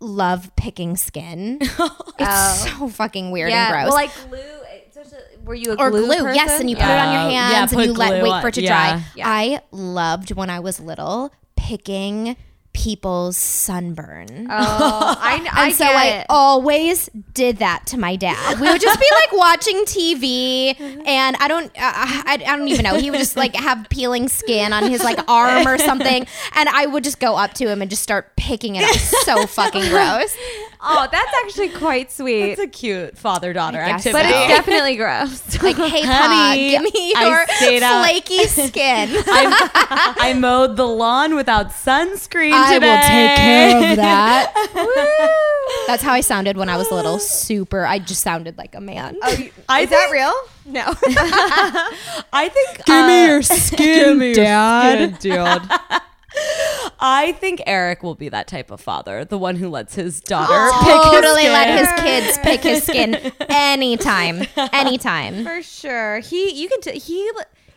S3: love picking
S4: (laughs)
S3: skin. It's so fucking weird and gross.
S4: Oh. Well, like glue. it's such a- Were you a
S3: or glue,
S4: glue? person?
S3: yes, and you put it on
S1: Oh,
S3: your
S1: yeah,
S3: hands
S1: put
S3: and you let
S1: glue
S3: wait
S1: on-
S3: for it to
S1: yeah.
S3: dry.
S4: Yeah.
S3: I loved when I was little picking people's sunburn.
S4: Oh, I, kn- I
S3: And so
S4: get
S3: I
S4: it.
S3: always did that to my dad. We would just be
S4: (laughs)
S3: like watching TV, and I don't, uh, I, I don't even know. He would just like have peeling skin on his like arm or something, and I would just go up to him and just start picking it up. So
S4: (laughs)
S3: fucking gross.
S4: Oh, that's actually quite sweet.
S1: It's a cute father daughter
S3: I guess
S1: activity.
S3: so.
S4: but (laughs) it's definitely gross.
S3: Like, hey, Pa,
S1: Honey,
S3: give me
S1: I
S3: your
S1: stayed out-
S3: flaky skin.
S1: I, I mowed the lawn without sunscreen today. (laughs)
S3: of that. That's how I sounded when I
S1: (gasps)
S3: was little. Super. I just sounded like a man.
S1: I
S4: Is that
S1: think-
S4: real? No.
S1: I think. Give me (laughs) your skin, (laughs) dad. I think Eric will be that type of father, the one who lets his
S3: (gasps)
S1: daughter pick his
S3: totally
S1: skin.
S3: let his kids pick his
S1: (laughs)
S3: skin anytime. Anytime.
S4: For sure. He you can t- he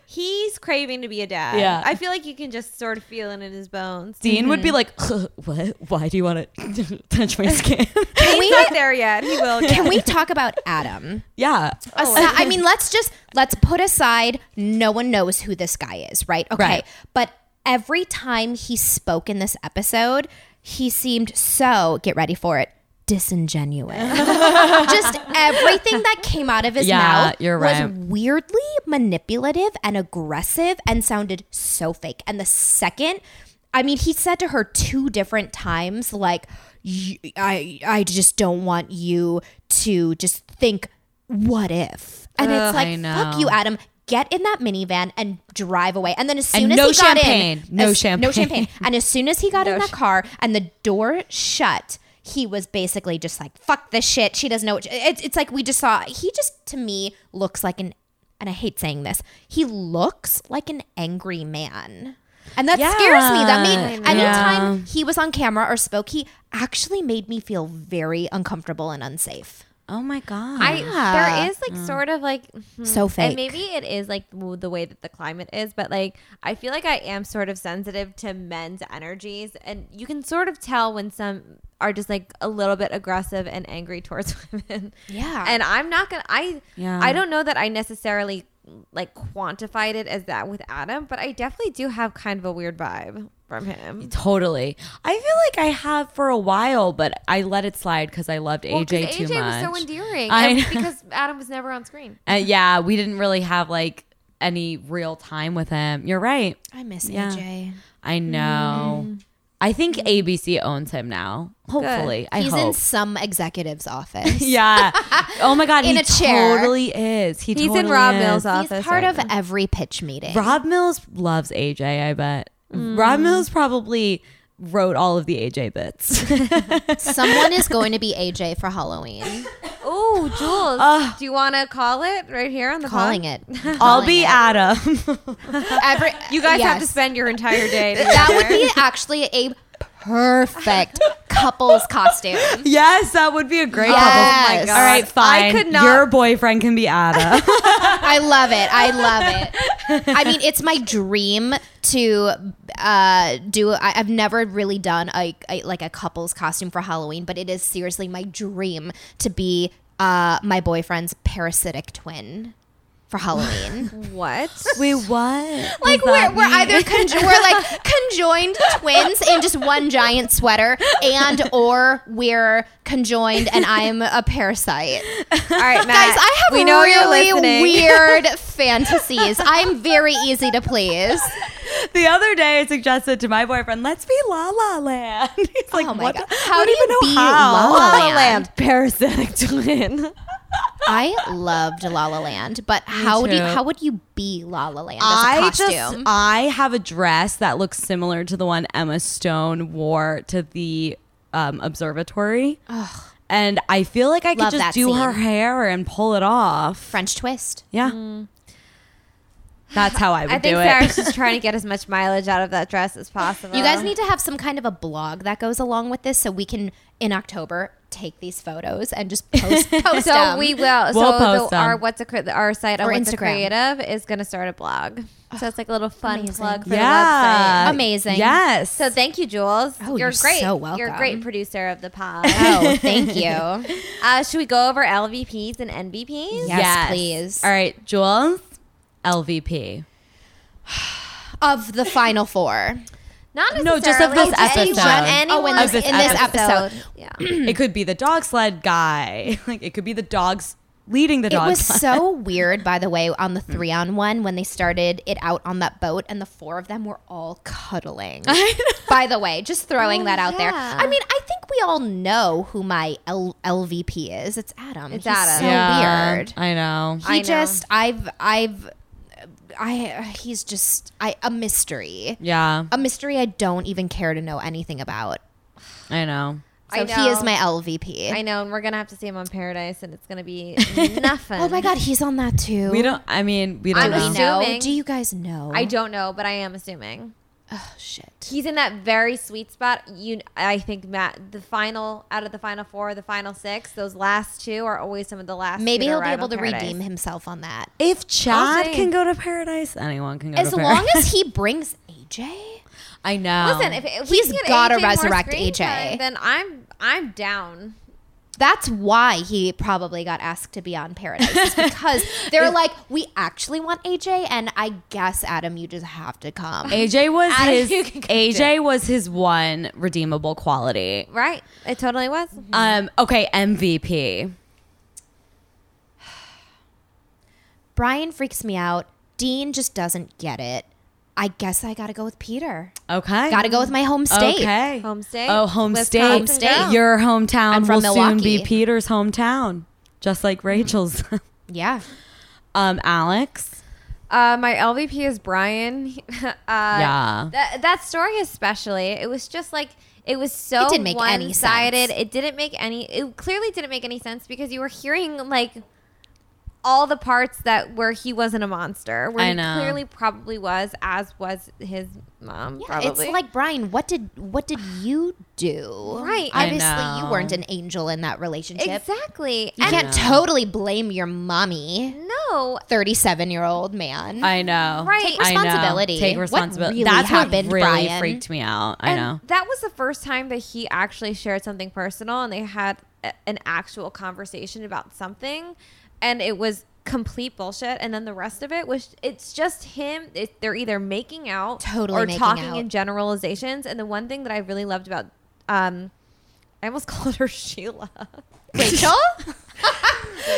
S4: he's craving to be a dad.
S1: Yeah.
S4: I feel like you can just sort of feel it in his (laughs) bones.
S1: Dean would be like, "Ugh, "What? Why do you (laughs) want to touch my skin?" (laughs)
S3: Can we
S4: Not there yet. He (laughs) will. Get.
S3: can we talk about Adam?
S1: yeah,
S3: Asi- I mean, let's just let's put aside no one knows who this guy is, right? Okay.
S1: Right.
S3: But every time he spoke in this episode, he seemed so get ready for it.
S1: (laughs)
S3: Disingenuous. just everything that came out of his
S1: Yeah,
S3: mouth
S1: you're right.
S3: was weirdly manipulative and aggressive and sounded so fake. And the second, I mean, he said to her two different times, like, "Y- I, I just don't want you to just think, what if? And
S1: Ugh,
S3: it's
S1: I
S3: like,
S1: know.
S3: fuck you, Adam. Get in that minivan and drive away. And then as soon
S1: And
S3: as
S1: no
S3: he got
S1: champagne.
S3: in,
S1: No
S3: as-
S1: champagne. (laughs)
S3: no champagne. And as soon as he got in that car and the door shut, he was basically just like, "Fuck this shit." She doesn't know. What she, it's it's like we just saw. He just to me looks like an, and I hate saying this. He looks like an angry man, and that scares me. That made
S1: I know.
S3: anytime he was on camera or spoke, he actually made me feel very uncomfortable and unsafe.
S1: Oh my god.
S4: I there is like sort of like hmm.
S3: So fake.
S4: and maybe it is like w- the way that the climate is, but like I feel like I am sort of sensitive to men's energies, and you can sort of tell when some are just like a little bit aggressive and angry (laughs) towards women.
S3: Yeah.
S4: and I'm not gonna. I
S1: Yeah.
S4: I don't know that I necessarily like quantified it as that with Adam, but I definitely do have kind of a weird vibe. from him.
S1: Totally. I feel like I have for a while, but I let it slide because I loved
S4: Well, 'cause
S1: AJ too
S4: AJ
S1: much.
S4: was so endearing,
S1: I
S4: and
S1: know.
S4: because Adam was never
S1: (laughs)
S4: on screen.
S1: Uh, yeah, we didn't really have like any real time with him. You're right.
S3: I miss
S1: Yeah.
S3: AJ.
S1: I know. I think ABC owns him now. Hopefully, I
S3: He's
S1: hope.
S3: in some executive's
S1: (laughs)
S3: office.
S1: yeah. Oh my God.
S3: In
S1: he
S3: a chair.
S1: Totally is. He
S4: He's in
S1: totally
S4: Rob
S1: is.
S4: Mills'
S3: He's
S4: office
S3: part
S4: right
S3: of every pitch meeting.
S1: Rob Mills loves AJ. I bet.
S3: Mm.
S1: Rob Mills probably wrote all of the AJ
S3: (laughs)
S1: bits.
S3: Someone is going to be AJ for Halloween.
S4: Oh, Jules, do you want to call it right here on the
S3: Calling
S4: pod?
S1: (laughs)
S3: it.
S1: I'll
S3: Calling
S1: be
S3: it.
S1: Adam. (laughs)
S3: Every,
S4: You guys have to
S3: yes.
S4: spend your entire day. (laughs)
S3: That would
S4: together.
S3: be actually a perfect couple's costume.
S1: yes, that would be a great couple. Oh
S3: Yes.
S1: All right, fine.
S4: I could not-
S1: Your boyfriend can be Adam.
S3: I love it. I love it. I mean, it's my dream to uh, do. I, I've never really done a, a like a couple's costume for Halloween, but it is seriously my dream to be uh, my boyfriend's parasitic twin for Halloween.
S4: what?
S1: (laughs) Wait, what?
S3: like we're, we're either conjo- we're
S4: (laughs)
S3: like conjoined twins in just one giant sweater, and or we're conjoined and I'm a
S4: (laughs)
S3: parasite.
S4: All
S3: Guys,
S4: right, Matt.
S3: (laughs) I have
S4: we know you're
S3: really
S4: listening. (laughs)
S3: weird fantasies. I'm very easy to please.
S1: The other day, I suggested to my boyfriend, "Let's be La La Land." (laughs) He's like,
S3: Oh my
S1: "What?
S3: God.
S1: the-
S3: How
S1: I
S3: do
S1: don't even
S3: you
S1: know
S3: be
S1: how." (laughs)
S3: La La Land?
S4: parasitic twin.
S3: I loved La La Land, but how do you,
S1: too.
S3: how would you be La La Land as a
S1: I
S3: costume?
S1: just I have a dress that looks similar to the one Emma Stone wore to the um, observatory, and I feel like I could
S3: Love
S1: just
S3: that
S1: do her
S3: scene.
S1: hair and pull it off.
S3: French twist.
S1: Yeah,
S3: mm.
S1: that's how I would
S4: I think
S1: do it.
S4: Sarah's just trying to get as much mileage out of that dress as possible.
S3: You guys need to have some kind of a blog that goes along with this, so we can in October take these photos and just
S4: (laughs)
S3: post post
S4: So
S3: them.
S4: we will.
S1: We'll
S4: so
S1: post
S4: the, our
S1: them.
S4: what's a cre- our site on
S3: Or
S4: what's a
S3: Instagram.
S4: creative is going to start a blog. So it's like a little fun
S3: Amazing.
S4: plug for
S1: yeah,
S4: the website.
S3: Amazing.
S1: Yes.
S4: So thank you, Jules.
S3: Oh,
S4: you're,
S3: you're
S4: great.
S3: so
S4: You're a
S3: welcome.
S4: great producer of the pod.
S3: (laughs) oh, thank you.
S4: (laughs) uh, should we go over LVPs and NVPs?
S3: Yes, please.
S1: All right, Jules,
S3: (clears throat)
S1: LVP.
S3: Of the final
S4: (laughs)
S3: four,
S4: Not
S1: No, just of
S4: necessarily.
S1: this
S4: Just
S1: episode.
S4: anyone-
S3: Oh, in this-
S1: Of this
S3: in this
S4: episode.
S3: episode.
S4: Yeah.
S1: it could be the dog sled guy. (laughs) Like it could be the dogs leading the
S3: it
S1: dog
S3: was
S1: sled.
S3: so
S4: (laughs)
S3: weird. By the way, on the three on one when they started it out on that boat, and the four of them were all cuddling. By the way, just throwing that out there.
S4: Oh, yeah.
S3: I mean, I think we all know who my L- LVP is. It's Adam.
S4: It's
S3: He's
S4: Adam.
S3: So weird.
S1: I know.
S3: He
S4: I know.
S3: just, I've, I've, I, he's just, I, a mystery,
S1: yeah,
S3: a mystery I don't even care to know anything about.
S1: I know.
S3: So
S4: I
S3: he is
S4: know.
S3: my LVP.
S4: I know, and we're gonna have to see him on Paradise, and it's gonna be
S3: (laughs)
S4: nothing.
S3: oh my god, he's on that too.
S1: We don't. I mean, we don't
S4: I'm
S1: know.
S3: We know.
S4: Assuming-
S3: Do you guys know?
S4: I don't know, but I am assuming
S3: Oh shit.
S4: he's in that very sweet spot. You, I think Matt, the final out of the final four, the final six, those last two are always some of the last.
S3: Maybe
S4: two
S3: he'll be
S4: arrive
S3: able
S4: on
S3: to
S4: Paradise.
S3: redeem himself on that.
S1: If
S4: see.
S1: Chad can go to paradise, anyone can go
S3: As
S1: to
S3: long
S1: paradise.
S3: (laughs) as he brings
S1: (laughs)
S3: AJ.
S1: I know.
S4: Listen, if,
S3: He's
S4: if we can get
S3: gotta
S4: AJ more
S3: resurrect
S4: screen
S3: AJ.
S4: time, then I'm I'm down.
S3: That's why he probably got asked to be on Paradise (laughs) is because they're like, we actually want AJ, and I guess Adam, you just have to come.
S1: AJ was
S4: Adam,
S1: his
S4: you can go
S1: AJ was his one redeemable quality.
S4: Right? It totally was.
S1: Um. Okay. MVP.
S3: Brian freaks me out. Dean just doesn't get it. I guess I gotta go with Peter.
S1: Okay.
S3: Gotta go with my home state.
S1: Okay.
S4: Home state?
S1: Oh, home state.
S4: Wisconsin Home state. girl.
S1: Your hometown
S3: I'm from
S1: will soon
S3: Milwaukee.
S1: be Peter's hometown, just like Rachel's. (laughs)
S3: Yeah.
S1: um, Alex.
S4: Uh, my LVP is Brian. (laughs) uh,
S1: Yeah.
S4: That, that story, especially, it was just like it was so
S3: It didn't make any sense.
S4: one-sided. It didn't make any. It clearly didn't make any sense because you were hearing like all the parts that where he wasn't a monster, where
S1: I
S4: he
S1: know.
S4: clearly probably was, as was his mom.
S3: Yeah.
S4: probably.
S3: It's like Brian, what did what did you do?
S4: Right. I
S3: Obviously you
S1: know.
S3: weren't an angel in that relationship.
S4: exactly.
S3: You
S4: And
S3: can't totally blame your mommy.
S4: no,
S3: 37 year old man.
S1: I know.
S4: Right.
S3: Take
S1: I know.
S3: Mm-hmm. responsibility.
S1: Take
S3: What
S1: responsibility.
S3: really
S1: That's
S3: happened,
S1: what really
S3: Brian?
S1: freaked me out. I
S4: And
S1: know.
S4: That was the first time that he actually shared something personal and they had a- an actual conversation about something. And it was complete bullshit, and then the rest of it was it's just him. It, they're either making out
S3: Totally
S4: or
S3: making
S4: talking
S3: out.
S4: in generalizations. And the one thing that I really loved about, um, I almost (laughs) called her Sheila.
S3: Rachel?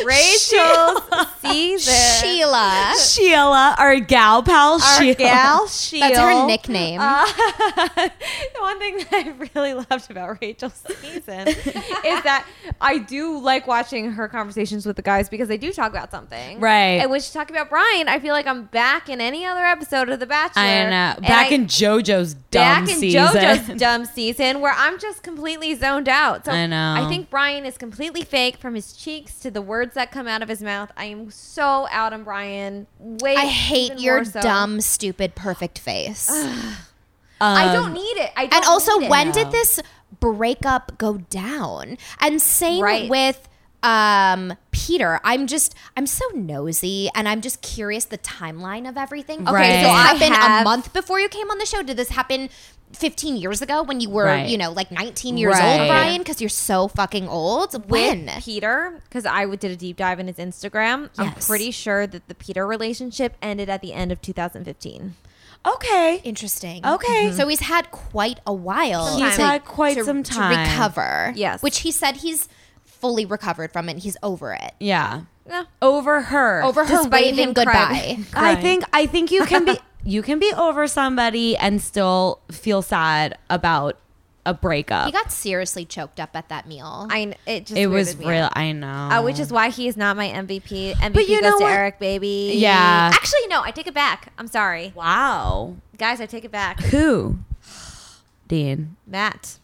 S4: Rachel season.
S3: (laughs) Sheila.
S1: Sheila, our gal pal,
S4: Our
S1: Sheila.
S4: gal Sheila. Uh,
S3: That's her nickname.
S4: the (laughs) one thing that I really loved about Rachel season is that I do like watching her conversations with the guys because they do talk about something.
S1: Right.
S4: And when she's talking about Brian, I feel like I'm back in any other episode of The Bachelor.
S1: I know.
S4: And
S1: uh, Back
S4: I-
S1: in JoJo's dumb
S4: back in
S1: season. (laughs)
S4: JoJo's dumb season where I'm just completely zoned out. So
S1: I know.
S4: I think Brian is completely fake from his cheeks to the words that come out of his mouth. I am so out on Brian. Wait,
S3: I hate
S4: even
S3: your
S4: more so.
S3: dumb, stupid, perfect face.
S4: I
S1: Um,
S4: don't need it. I don't
S3: and also,
S4: need it.
S3: when did this breakup go down? And same
S4: Right.
S3: with um Peter. I'm just I'm so nosy and I'm just curious the timeline of everything. Okay,
S1: Right.
S3: did this
S1: So I
S3: happen a
S4: have-
S3: month before you came on the show? Did this happen 15 years ago when you were,
S1: Right.
S3: you know, like 19 years
S1: Right.
S3: old, Brian? Because you're so fucking old. When?
S4: with Peter because I w- did a deep dive in his Instagram. I'm
S3: Yes.
S4: pretty sure that the Peter relationship ended at the end of 2015.
S1: okay.
S3: Interesting.
S1: Okay.
S3: So he's had quite a while.
S1: He's Mm-hmm.
S3: to-
S1: had quite
S3: to-
S1: some time.
S3: to recover.
S4: Yes.
S3: which he said he's fully recovered from it. He's over it.
S1: Yeah.
S4: No.
S1: Over her.
S3: Over her
S4: Despite
S3: waving
S4: him crying.
S3: goodbye.
S1: I
S4: Right.
S1: think I think you (laughs) can be you can be over somebody and still feel sad about a breakup.
S3: (laughs) He got seriously choked up at that meal.
S4: I kn- it just
S1: it was
S4: weirded me
S1: real.
S4: out.
S1: I know.
S4: Uh, which is why he is not my MVP. MVP
S1: you
S4: goes
S1: know
S4: to
S1: what?
S4: Eric, baby.
S1: Yeah.
S4: Actually, no, I take it back. I'm sorry,
S1: wow.
S4: guys. I take it back.
S1: Who? Dean. (gasps)
S4: Matt.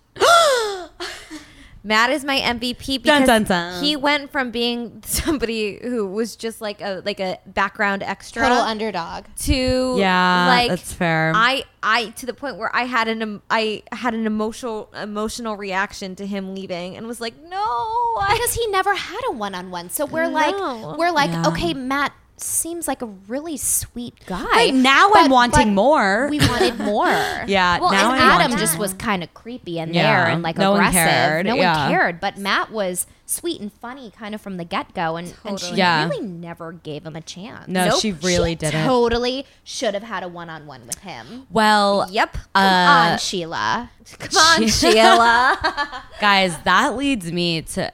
S4: Matt is my MVP
S1: Dun,
S4: because
S1: dun, dun.
S4: he went from being somebody who was just like a like a background extra
S3: Total underdog.
S4: to
S1: Yeah,
S4: like
S1: that's fair.
S4: I I to the point where I had an em- I had an emotional emotional reaction to him leaving and was like,
S1: (laughs)
S4: no, I
S3: Because he never had a one on one. So we're
S4: No.
S3: like we're like,
S1: Yeah.
S3: okay, Matt seems like a really sweet guy.
S1: Right, now I'm wanting more.
S3: We wanted more.
S1: (laughs) Yeah.
S3: Well,
S1: now
S3: and
S1: I want
S3: Adam
S1: to
S3: just
S1: know.
S3: was kind of creepy and
S1: Yeah.
S3: there and like
S1: No one
S3: aggressive.
S1: cared,
S3: No one
S1: yeah.
S3: cared. But Matt was sweet and funny kind of from the get go. And, and she
S4: Totally.
S1: Yeah.
S3: really never gave him a chance.
S1: No, she really didn't.
S3: Totally should have had a one on one with him.
S1: Well,
S4: Yep.
S1: Uh,
S3: Come on, Sheila.
S4: Come on, Sheila.
S1: guys, that leads me to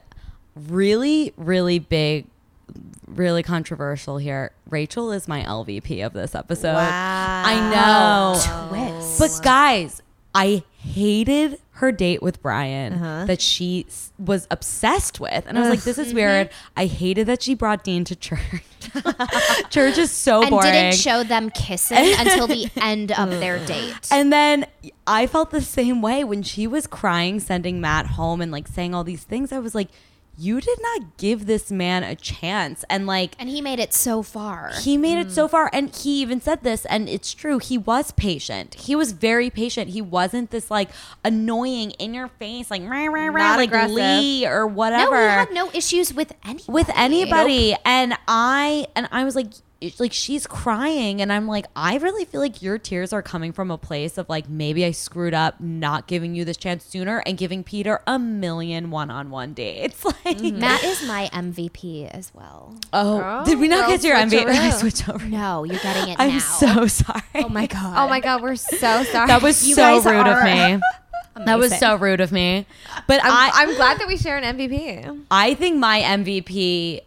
S1: really, really big, really controversial here. Rachel is my LVP of this episode. I know.
S3: Twist.
S1: But guys, I hated her date with Brian that she s- was obsessed with. And I was like, this
S3: Mm-hmm.
S1: is weird. I hated that she brought Dean to church. (laughs) church is so
S3: (laughs) and
S1: boring.
S3: didn't show them kissing until the end of their date.
S1: And then I felt the same way when she was crying, sending Matt home and like saying all these things. I was like, you did not give this man a chance. And like,
S3: And Mm. he made it so far.
S1: he made it so far. And he even said this, and it's true. He was patient. He was very patient. He wasn't this like annoying in your face, like, rah, rah, rah,
S4: Not
S1: like
S4: aggressive.
S1: Lee or
S3: no,
S1: whatever
S3: he had no issues with anybody.
S1: with anybody and i and i was like it's like she's crying and i'm like i really feel like your tears are coming from a place of like maybe i screwed up not giving you this chance sooner and giving peter a million one-on-one dates (laughs) like
S3: Matt is my MVP as well.
S1: oh, did we not
S4: girl,
S1: get your (laughs) mv i
S4: switcheroo.
S1: switch over
S3: No, you're getting it now.
S1: i'm so sorry
S3: Oh my god.
S4: Oh my god,
S1: (laughs)
S4: we're so sorry.
S1: that was
S3: You
S1: so
S3: guys
S1: rude of
S3: are
S1: me that was so rude of me but i
S4: I'm, I'm glad that we share an MVP.
S1: I think my MVP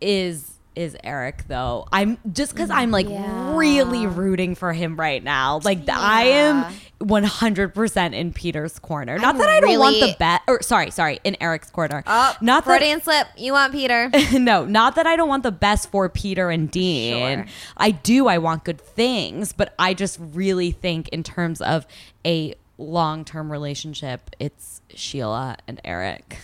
S1: is is Eric though. I'm just cuz I'm like
S3: Yeah.
S1: really rooting for him right now. Like th- I am
S3: Yeah.
S1: 100% in Peter's corner. Not
S3: I'm
S1: that I don't want the
S3: really-
S1: bet or sorry, sorry, in Eric's corner.
S4: Oh,
S1: not that
S4: Freudian slip. You want Peter?
S1: (laughs) no, not that I don't want the best for Peter and Dean.
S4: Sure.
S1: I do. I want good things, but I just really think in terms of a long-term relationship, it's Sheila and Eric.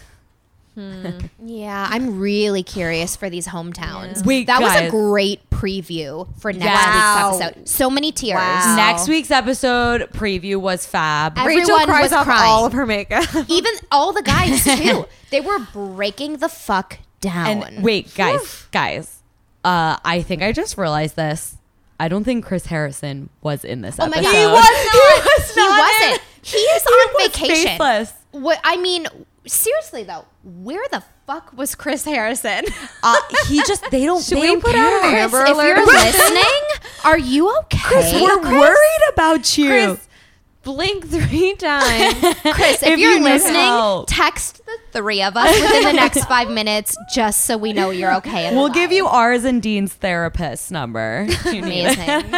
S3: Yeah, I'm really curious for these hometowns.
S1: Wait,
S3: that was
S1: guys.
S3: a great preview for next
S1: Wow.
S3: week's episode. So many tears.
S4: Wow.
S1: Next week's episode preview was fab.
S3: Everyone
S4: Rachel cries
S3: was
S4: off
S3: crying.
S4: all of her makeup.
S3: Even all
S1: (laughs)
S3: the guys too. they were breaking the fuck down.
S1: And wait, guys, guys. Uh, I think I just realized this. I don't think Chris Harrison was in this
S3: Oh my
S1: episode.
S3: God. He was
S1: He was
S3: he
S1: not in-
S3: wasn't. He is
S1: He
S3: on
S1: was
S3: vacation.
S1: faceless.
S3: What I mean, seriously though, where the fuck was Chris Harrison?
S1: Uh, he just they don't.
S4: Should
S1: they
S4: we
S1: don't
S4: put
S1: care.
S4: out a
S3: Chris,
S4: Amber
S3: if you're (laughs)
S4: alert?
S3: listening, are you okay?
S1: Chris, we're worried about you.
S4: Chris,
S1: (laughs)
S4: blink three times.
S3: Chris, if,
S1: If
S3: you're
S1: you need
S3: listening,
S1: help.
S3: text the three of us within the next five minutes, just so we know you're okay. and
S1: We'll
S3: alive.
S1: give you ours and Dean's therapist number. You need it.
S3: amazing.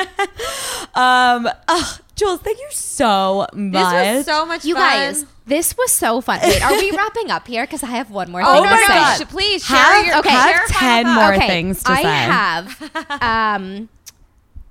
S1: (laughs) um, oh, Jules, thank you so
S4: this
S1: much.
S4: was so much
S3: you
S4: fun.
S3: guys, this was so fun. Wait, are we wrapping up here? Because I have one more.
S4: Oh
S3: thing
S4: my
S3: to say.
S4: gosh, please share
S1: Have-
S4: your
S1: okay,
S4: share
S1: have
S4: your
S1: 10
S4: final
S1: more
S4: thoughts.
S1: Okay. things to
S3: I
S1: say.
S3: have. Um, (sighs)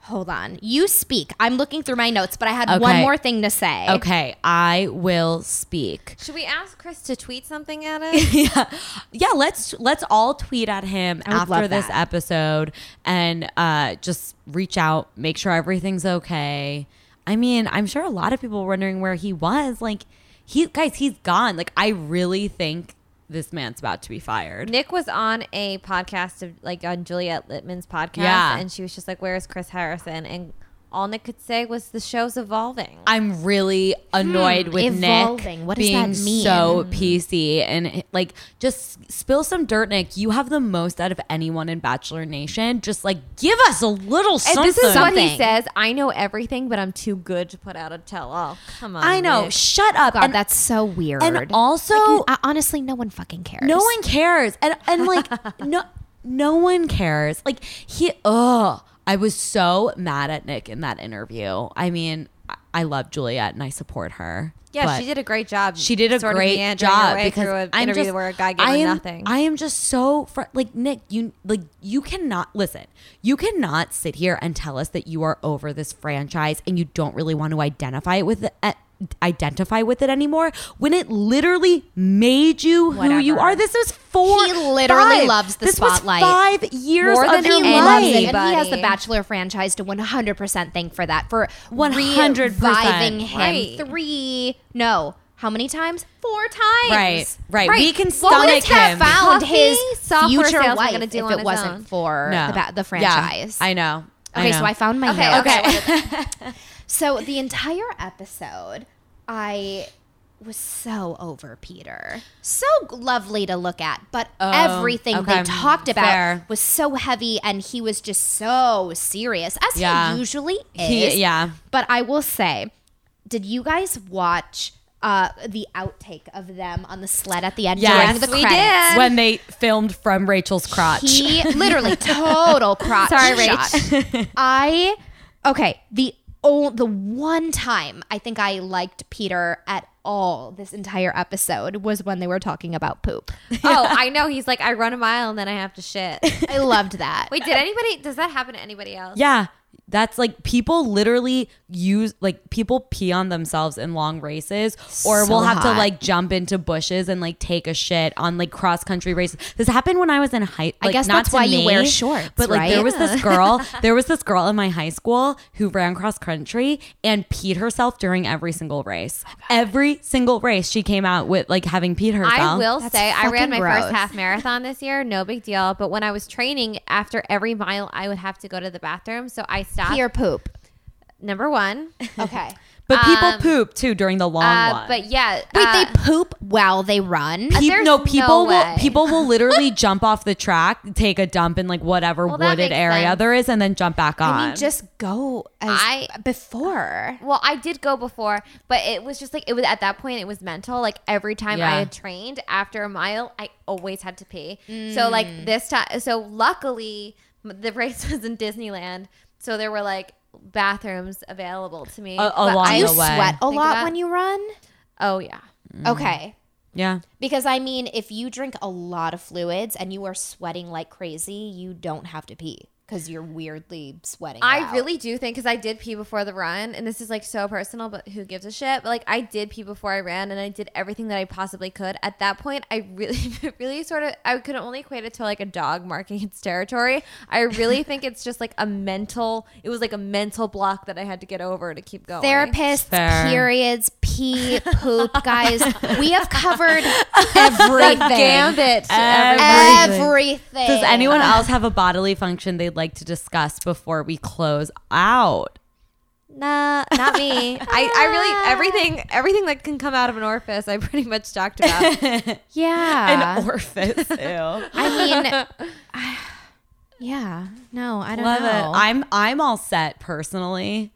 S3: hold on. You speak. I'm looking through my notes, but I had one
S1: Okay.
S3: more thing to say.
S1: Okay, I will speak.
S4: Should we ask Chris to tweet something at
S1: (laughs)
S4: us?
S1: yeah, yeah. Let's let's all tweet at him
S3: would
S1: after
S3: love
S1: this
S3: that.
S1: episode and uh, just reach out, make sure everything's okay. I mean, I'm sure a lot of people were wondering where he was. Like, he guys, he's gone. Like, I really think this man's about to be fired.
S4: Nick was on a podcast of like on Juliet Littman's podcast,
S1: Yeah.
S4: and she was just like, "Where is Chris Harrison?" And all Nick could say was, "The show's evolving."
S1: I'm really annoyed with
S3: Hmm, evolving.
S1: Nick
S3: What does
S1: being
S3: that mean?
S1: so PC and like just spill some dirt, Nick. You have the most out of anyone in Bachelor Nation. Just like give us a little
S4: And
S1: something.
S4: this is what he
S3: Something.
S4: says. I know everything, but I'm too good to put out a tell-all. Come on,
S1: I know.
S4: Nick.
S1: Shut up.
S3: God,
S1: and,
S3: that's so weird.
S1: and also
S3: I, honestly, no one fucking cares.
S1: no one cares. And and like
S4: (laughs)
S1: no no one cares. Like he ugh. I was so mad at Nick in that interview. I mean, I- I love Juliet and I support her.
S4: Yeah,
S1: but-
S4: she did a great job.
S1: she did a
S4: sort of
S1: great
S4: meandering her
S1: job
S4: way
S1: because
S4: through an
S1: I'm
S4: interview
S1: just
S4: where a guy gave
S1: I
S4: her
S1: am,
S4: nothing. (laughs)
S1: I am just so fr- like Nick. You like you cannot listen. You cannot sit here and tell us that you are over this franchise and you don't really want to identify it with it. uh, Identify with it anymore when it literally made you who you
S3: Whatever.
S1: are. This was four.
S3: He literally
S1: five.
S3: loves the
S1: this
S3: spotlight.
S1: Was five years
S4: More
S1: of
S4: than
S1: your
S4: he
S1: life.
S4: loves
S3: loves it.
S4: it.
S3: And he has the
S4: Buddy.
S3: Bachelor franchise to 100% thank for that, for
S1: 100%.
S3: reviving him
S4: Right.
S3: three, no, how many times? Four times.
S1: Right, right. We can
S3: What
S1: stomach
S3: would have
S1: him.
S3: found
S4: Puffy
S3: his
S4: software sales
S3: future
S4: aren't
S3: wife
S4: gonna
S3: if
S4: do on
S3: it
S4: his
S3: wasn't
S4: own.
S3: for
S1: No.
S3: the, ba- the
S1: Yeah,
S3: franchise?
S1: I know.
S3: Okay,
S1: know.
S3: so I found my
S4: Okay,
S3: notes.
S4: okay.
S3: (laughs) So the entire episode, I was so over Peter. So lovely to look at, but everything they
S1: Oh, okay.
S3: talked about
S1: Fair.
S3: was so heavy and he was just so serious, as
S1: Yeah.
S3: he usually is.
S1: He- yeah.
S3: But I will say, did you guys watch uh, the outtake of them on the sled at the end
S1: Yes,
S3: during the
S1: we
S3: credits?
S1: when they filmed from Rachel's crotch.
S4: (laughs)
S3: He literally total crotch
S4: Sorry,
S3: shot.
S4: (laughs)
S3: I okay. The oh, the one time I think I liked Peter at all this entire episode was when they were talking about poop.
S4: oh, I know. He's like, I run a mile and then I have to (laughs) shit.
S3: I loved that.
S4: Wait, did anybody? Does that happen to anybody else?
S1: Yeah. That's like people literally use like people pee on themselves in long races or
S3: So
S1: we'll have
S3: hot.
S1: to like jump into bushes and like take a shit on like cross country races. This happened when I was in high like,
S3: guess
S1: not
S3: that's
S1: to
S3: why you
S1: me,
S3: wear shorts,
S1: But like
S3: right?
S1: there was this
S3: (laughs)
S1: girl, there was this girl in my high school who ran cross country and peed herself during every single race.
S3: Oh
S1: every single race she came out with like having peed herself.
S4: I will
S3: That's
S4: say I ran my
S3: fucking
S4: first
S3: gross.
S4: half (laughs) marathon this year, no big deal. But when I was training, after every mile, I would have to go to the bathroom, so I stopped.
S3: Peter poop.
S4: Number one,
S3: Okay.
S1: But people
S4: um,
S1: poop too during the long
S4: uh,
S1: one.
S4: but yeah,
S3: Wait,
S4: uh,
S3: they poop while they run.
S1: Peop-
S4: There's
S1: no
S4: no
S1: people
S4: way.
S1: will people will
S4: (laughs)
S1: literally jump off the track, take a dump in like whatever
S4: Well, that
S1: wooded
S4: makes
S1: area
S4: sense.
S1: there is, and then jump back on.
S3: I mean, just go as
S4: I-
S3: before.
S4: Well, I did go before, but it was just like it was at that point it was mental. Like every time
S1: Yeah.
S4: I had trained after a mile, I always had to pee. So
S1: Mm.
S4: like this time, so luckily m- the race (laughs) was in Disneyland, so there were like bathrooms available to me.
S1: A-
S4: But
S1: along
S3: Do
S4: I-
S3: you
S1: the way.
S3: sweat a
S4: Think
S3: lot
S4: about-
S3: when you run?
S4: oh yeah.
S3: Okay.
S1: yeah,
S3: Because I mean, if you drink a lot of fluids and you are sweating like crazy, you don't have to pee because you're weirdly sweating. it
S4: I
S3: out.
S4: really do think because I did pee before the run, and this is like so personal, but who gives a shit? But like I did pee before I ran, and I did everything that I possibly could. At that point, I really, (laughs) really sort of, I could only equate it to like a dog marking its territory. I really think it's just like a mental. It was like a mental block that I had to get over to keep going.
S3: therapists,
S1: Fair.
S3: periods, pee, (laughs) poop, guys. we have covered
S1: (laughs)
S3: everything.
S4: gambit.
S1: Everything.
S3: Everything.
S1: Does anyone else have a bodily function they'd like to discuss before we close out?
S4: Nah, not me. I, I really everything everything that can come out of an orifice, I pretty much talked about.
S3: (laughs) yeah.
S1: An (laughs)
S4: (laughs)
S1: orifice. Ew.
S3: I mean, I- yeah. No, I don't
S1: Love
S3: know.
S1: it. I'm I'm all set personally.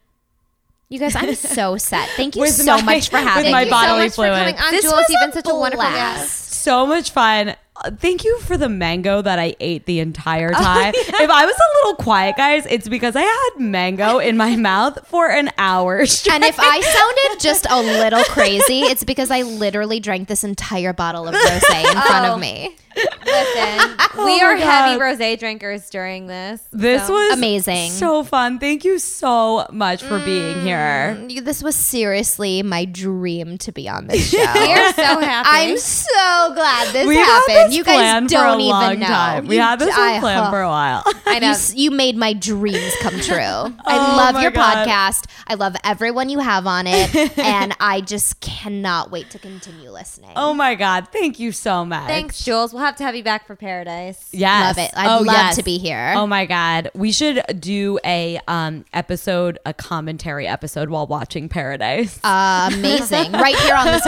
S3: you guys, I'm so set. Thank you
S1: With
S3: so
S1: my-
S3: much
S1: (laughs)
S3: for
S1: with
S3: having
S1: my
S3: me.
S1: body-
S2: so
S1: bodily
S2: much for coming
S1: fluids.
S2: on,
S3: This
S2: Jules.
S3: was
S2: You've
S3: a
S2: been such a wonderful
S3: blast.
S2: guest.
S1: So much fun. Uh, Thank you for the mango that I ate the entire
S4: Oh,
S1: time. If I was a little quiet, guys, it's because I had mango in
S4: (laughs)
S1: my mouth for an hour. straight.
S3: And if I sounded just a little crazy, it's because I literally drank this entire bottle of rosé in front
S2: Oh.
S3: of me.
S4: Listen, we
S1: Oh my
S4: are heavy
S1: God.
S4: rosé drinkers during this.
S1: This
S4: so-
S1: was
S3: Amazing. Mm.
S1: So fun. Thank you so much for being here.
S3: You- This was seriously my dream to be on
S1: (laughs)
S3: this show.
S4: we are so happy.
S3: I'm so glad this
S1: We had
S3: happened.
S1: this
S3: you
S1: plan
S3: guys
S1: for a
S3: don't
S1: long
S3: even know.
S1: time. We
S3: You-
S1: had this
S3: I-
S1: one plan for a while. (laughs)
S3: I know. You, s- you made my dreams come true.
S1: Oh
S3: I love
S1: my
S3: your
S1: God.
S3: podcast. I love everyone you have
S1: (laughs)
S3: on it. and I just cannot wait to continue listening.
S1: Oh my god! Thank you so much.
S4: Thanks, Jules. We'll have to have you back for paradise.
S1: Yes.
S3: Love it. I'd love to be here.
S1: Oh my god. We should do a um episode, a commentary episode while watching Paradise.
S3: Amazing. right here on this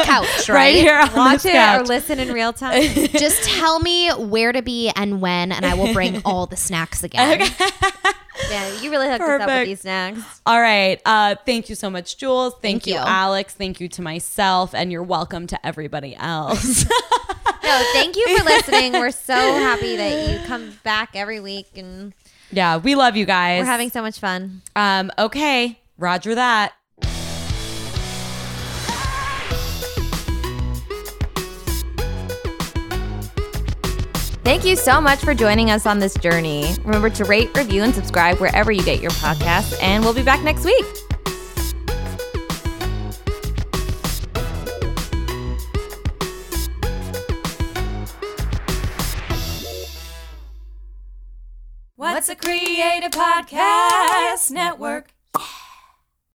S1: (laughs)
S3: couch, right?
S1: right here on
S4: Watch
S1: this
S4: it
S1: couch.
S4: or listen in real time.
S3: (laughs) Just tell me where to be and when, and I will bring all the snacks again.
S4: yeah, you really hooked us up
S1: Perfect.
S4: with these snacks.
S1: All right. Uh, thank you so much, Jules. Thank,
S3: Thank
S1: you,
S3: you.
S1: Alex. Thank you to myself, and you're welcome to everybody else. (laughs)
S4: No, thank you for listening. We're (laughs) so happy that you come back every week and
S1: yeah, we love you guys.
S4: we're having so much fun.
S1: um. Okay. Roger that.
S4: Thank you so much for joining us on this journey. Remember to rate, review, and subscribe wherever you get your podcasts, and we'll be back next week.
S6: What's a Creative Podcast Network?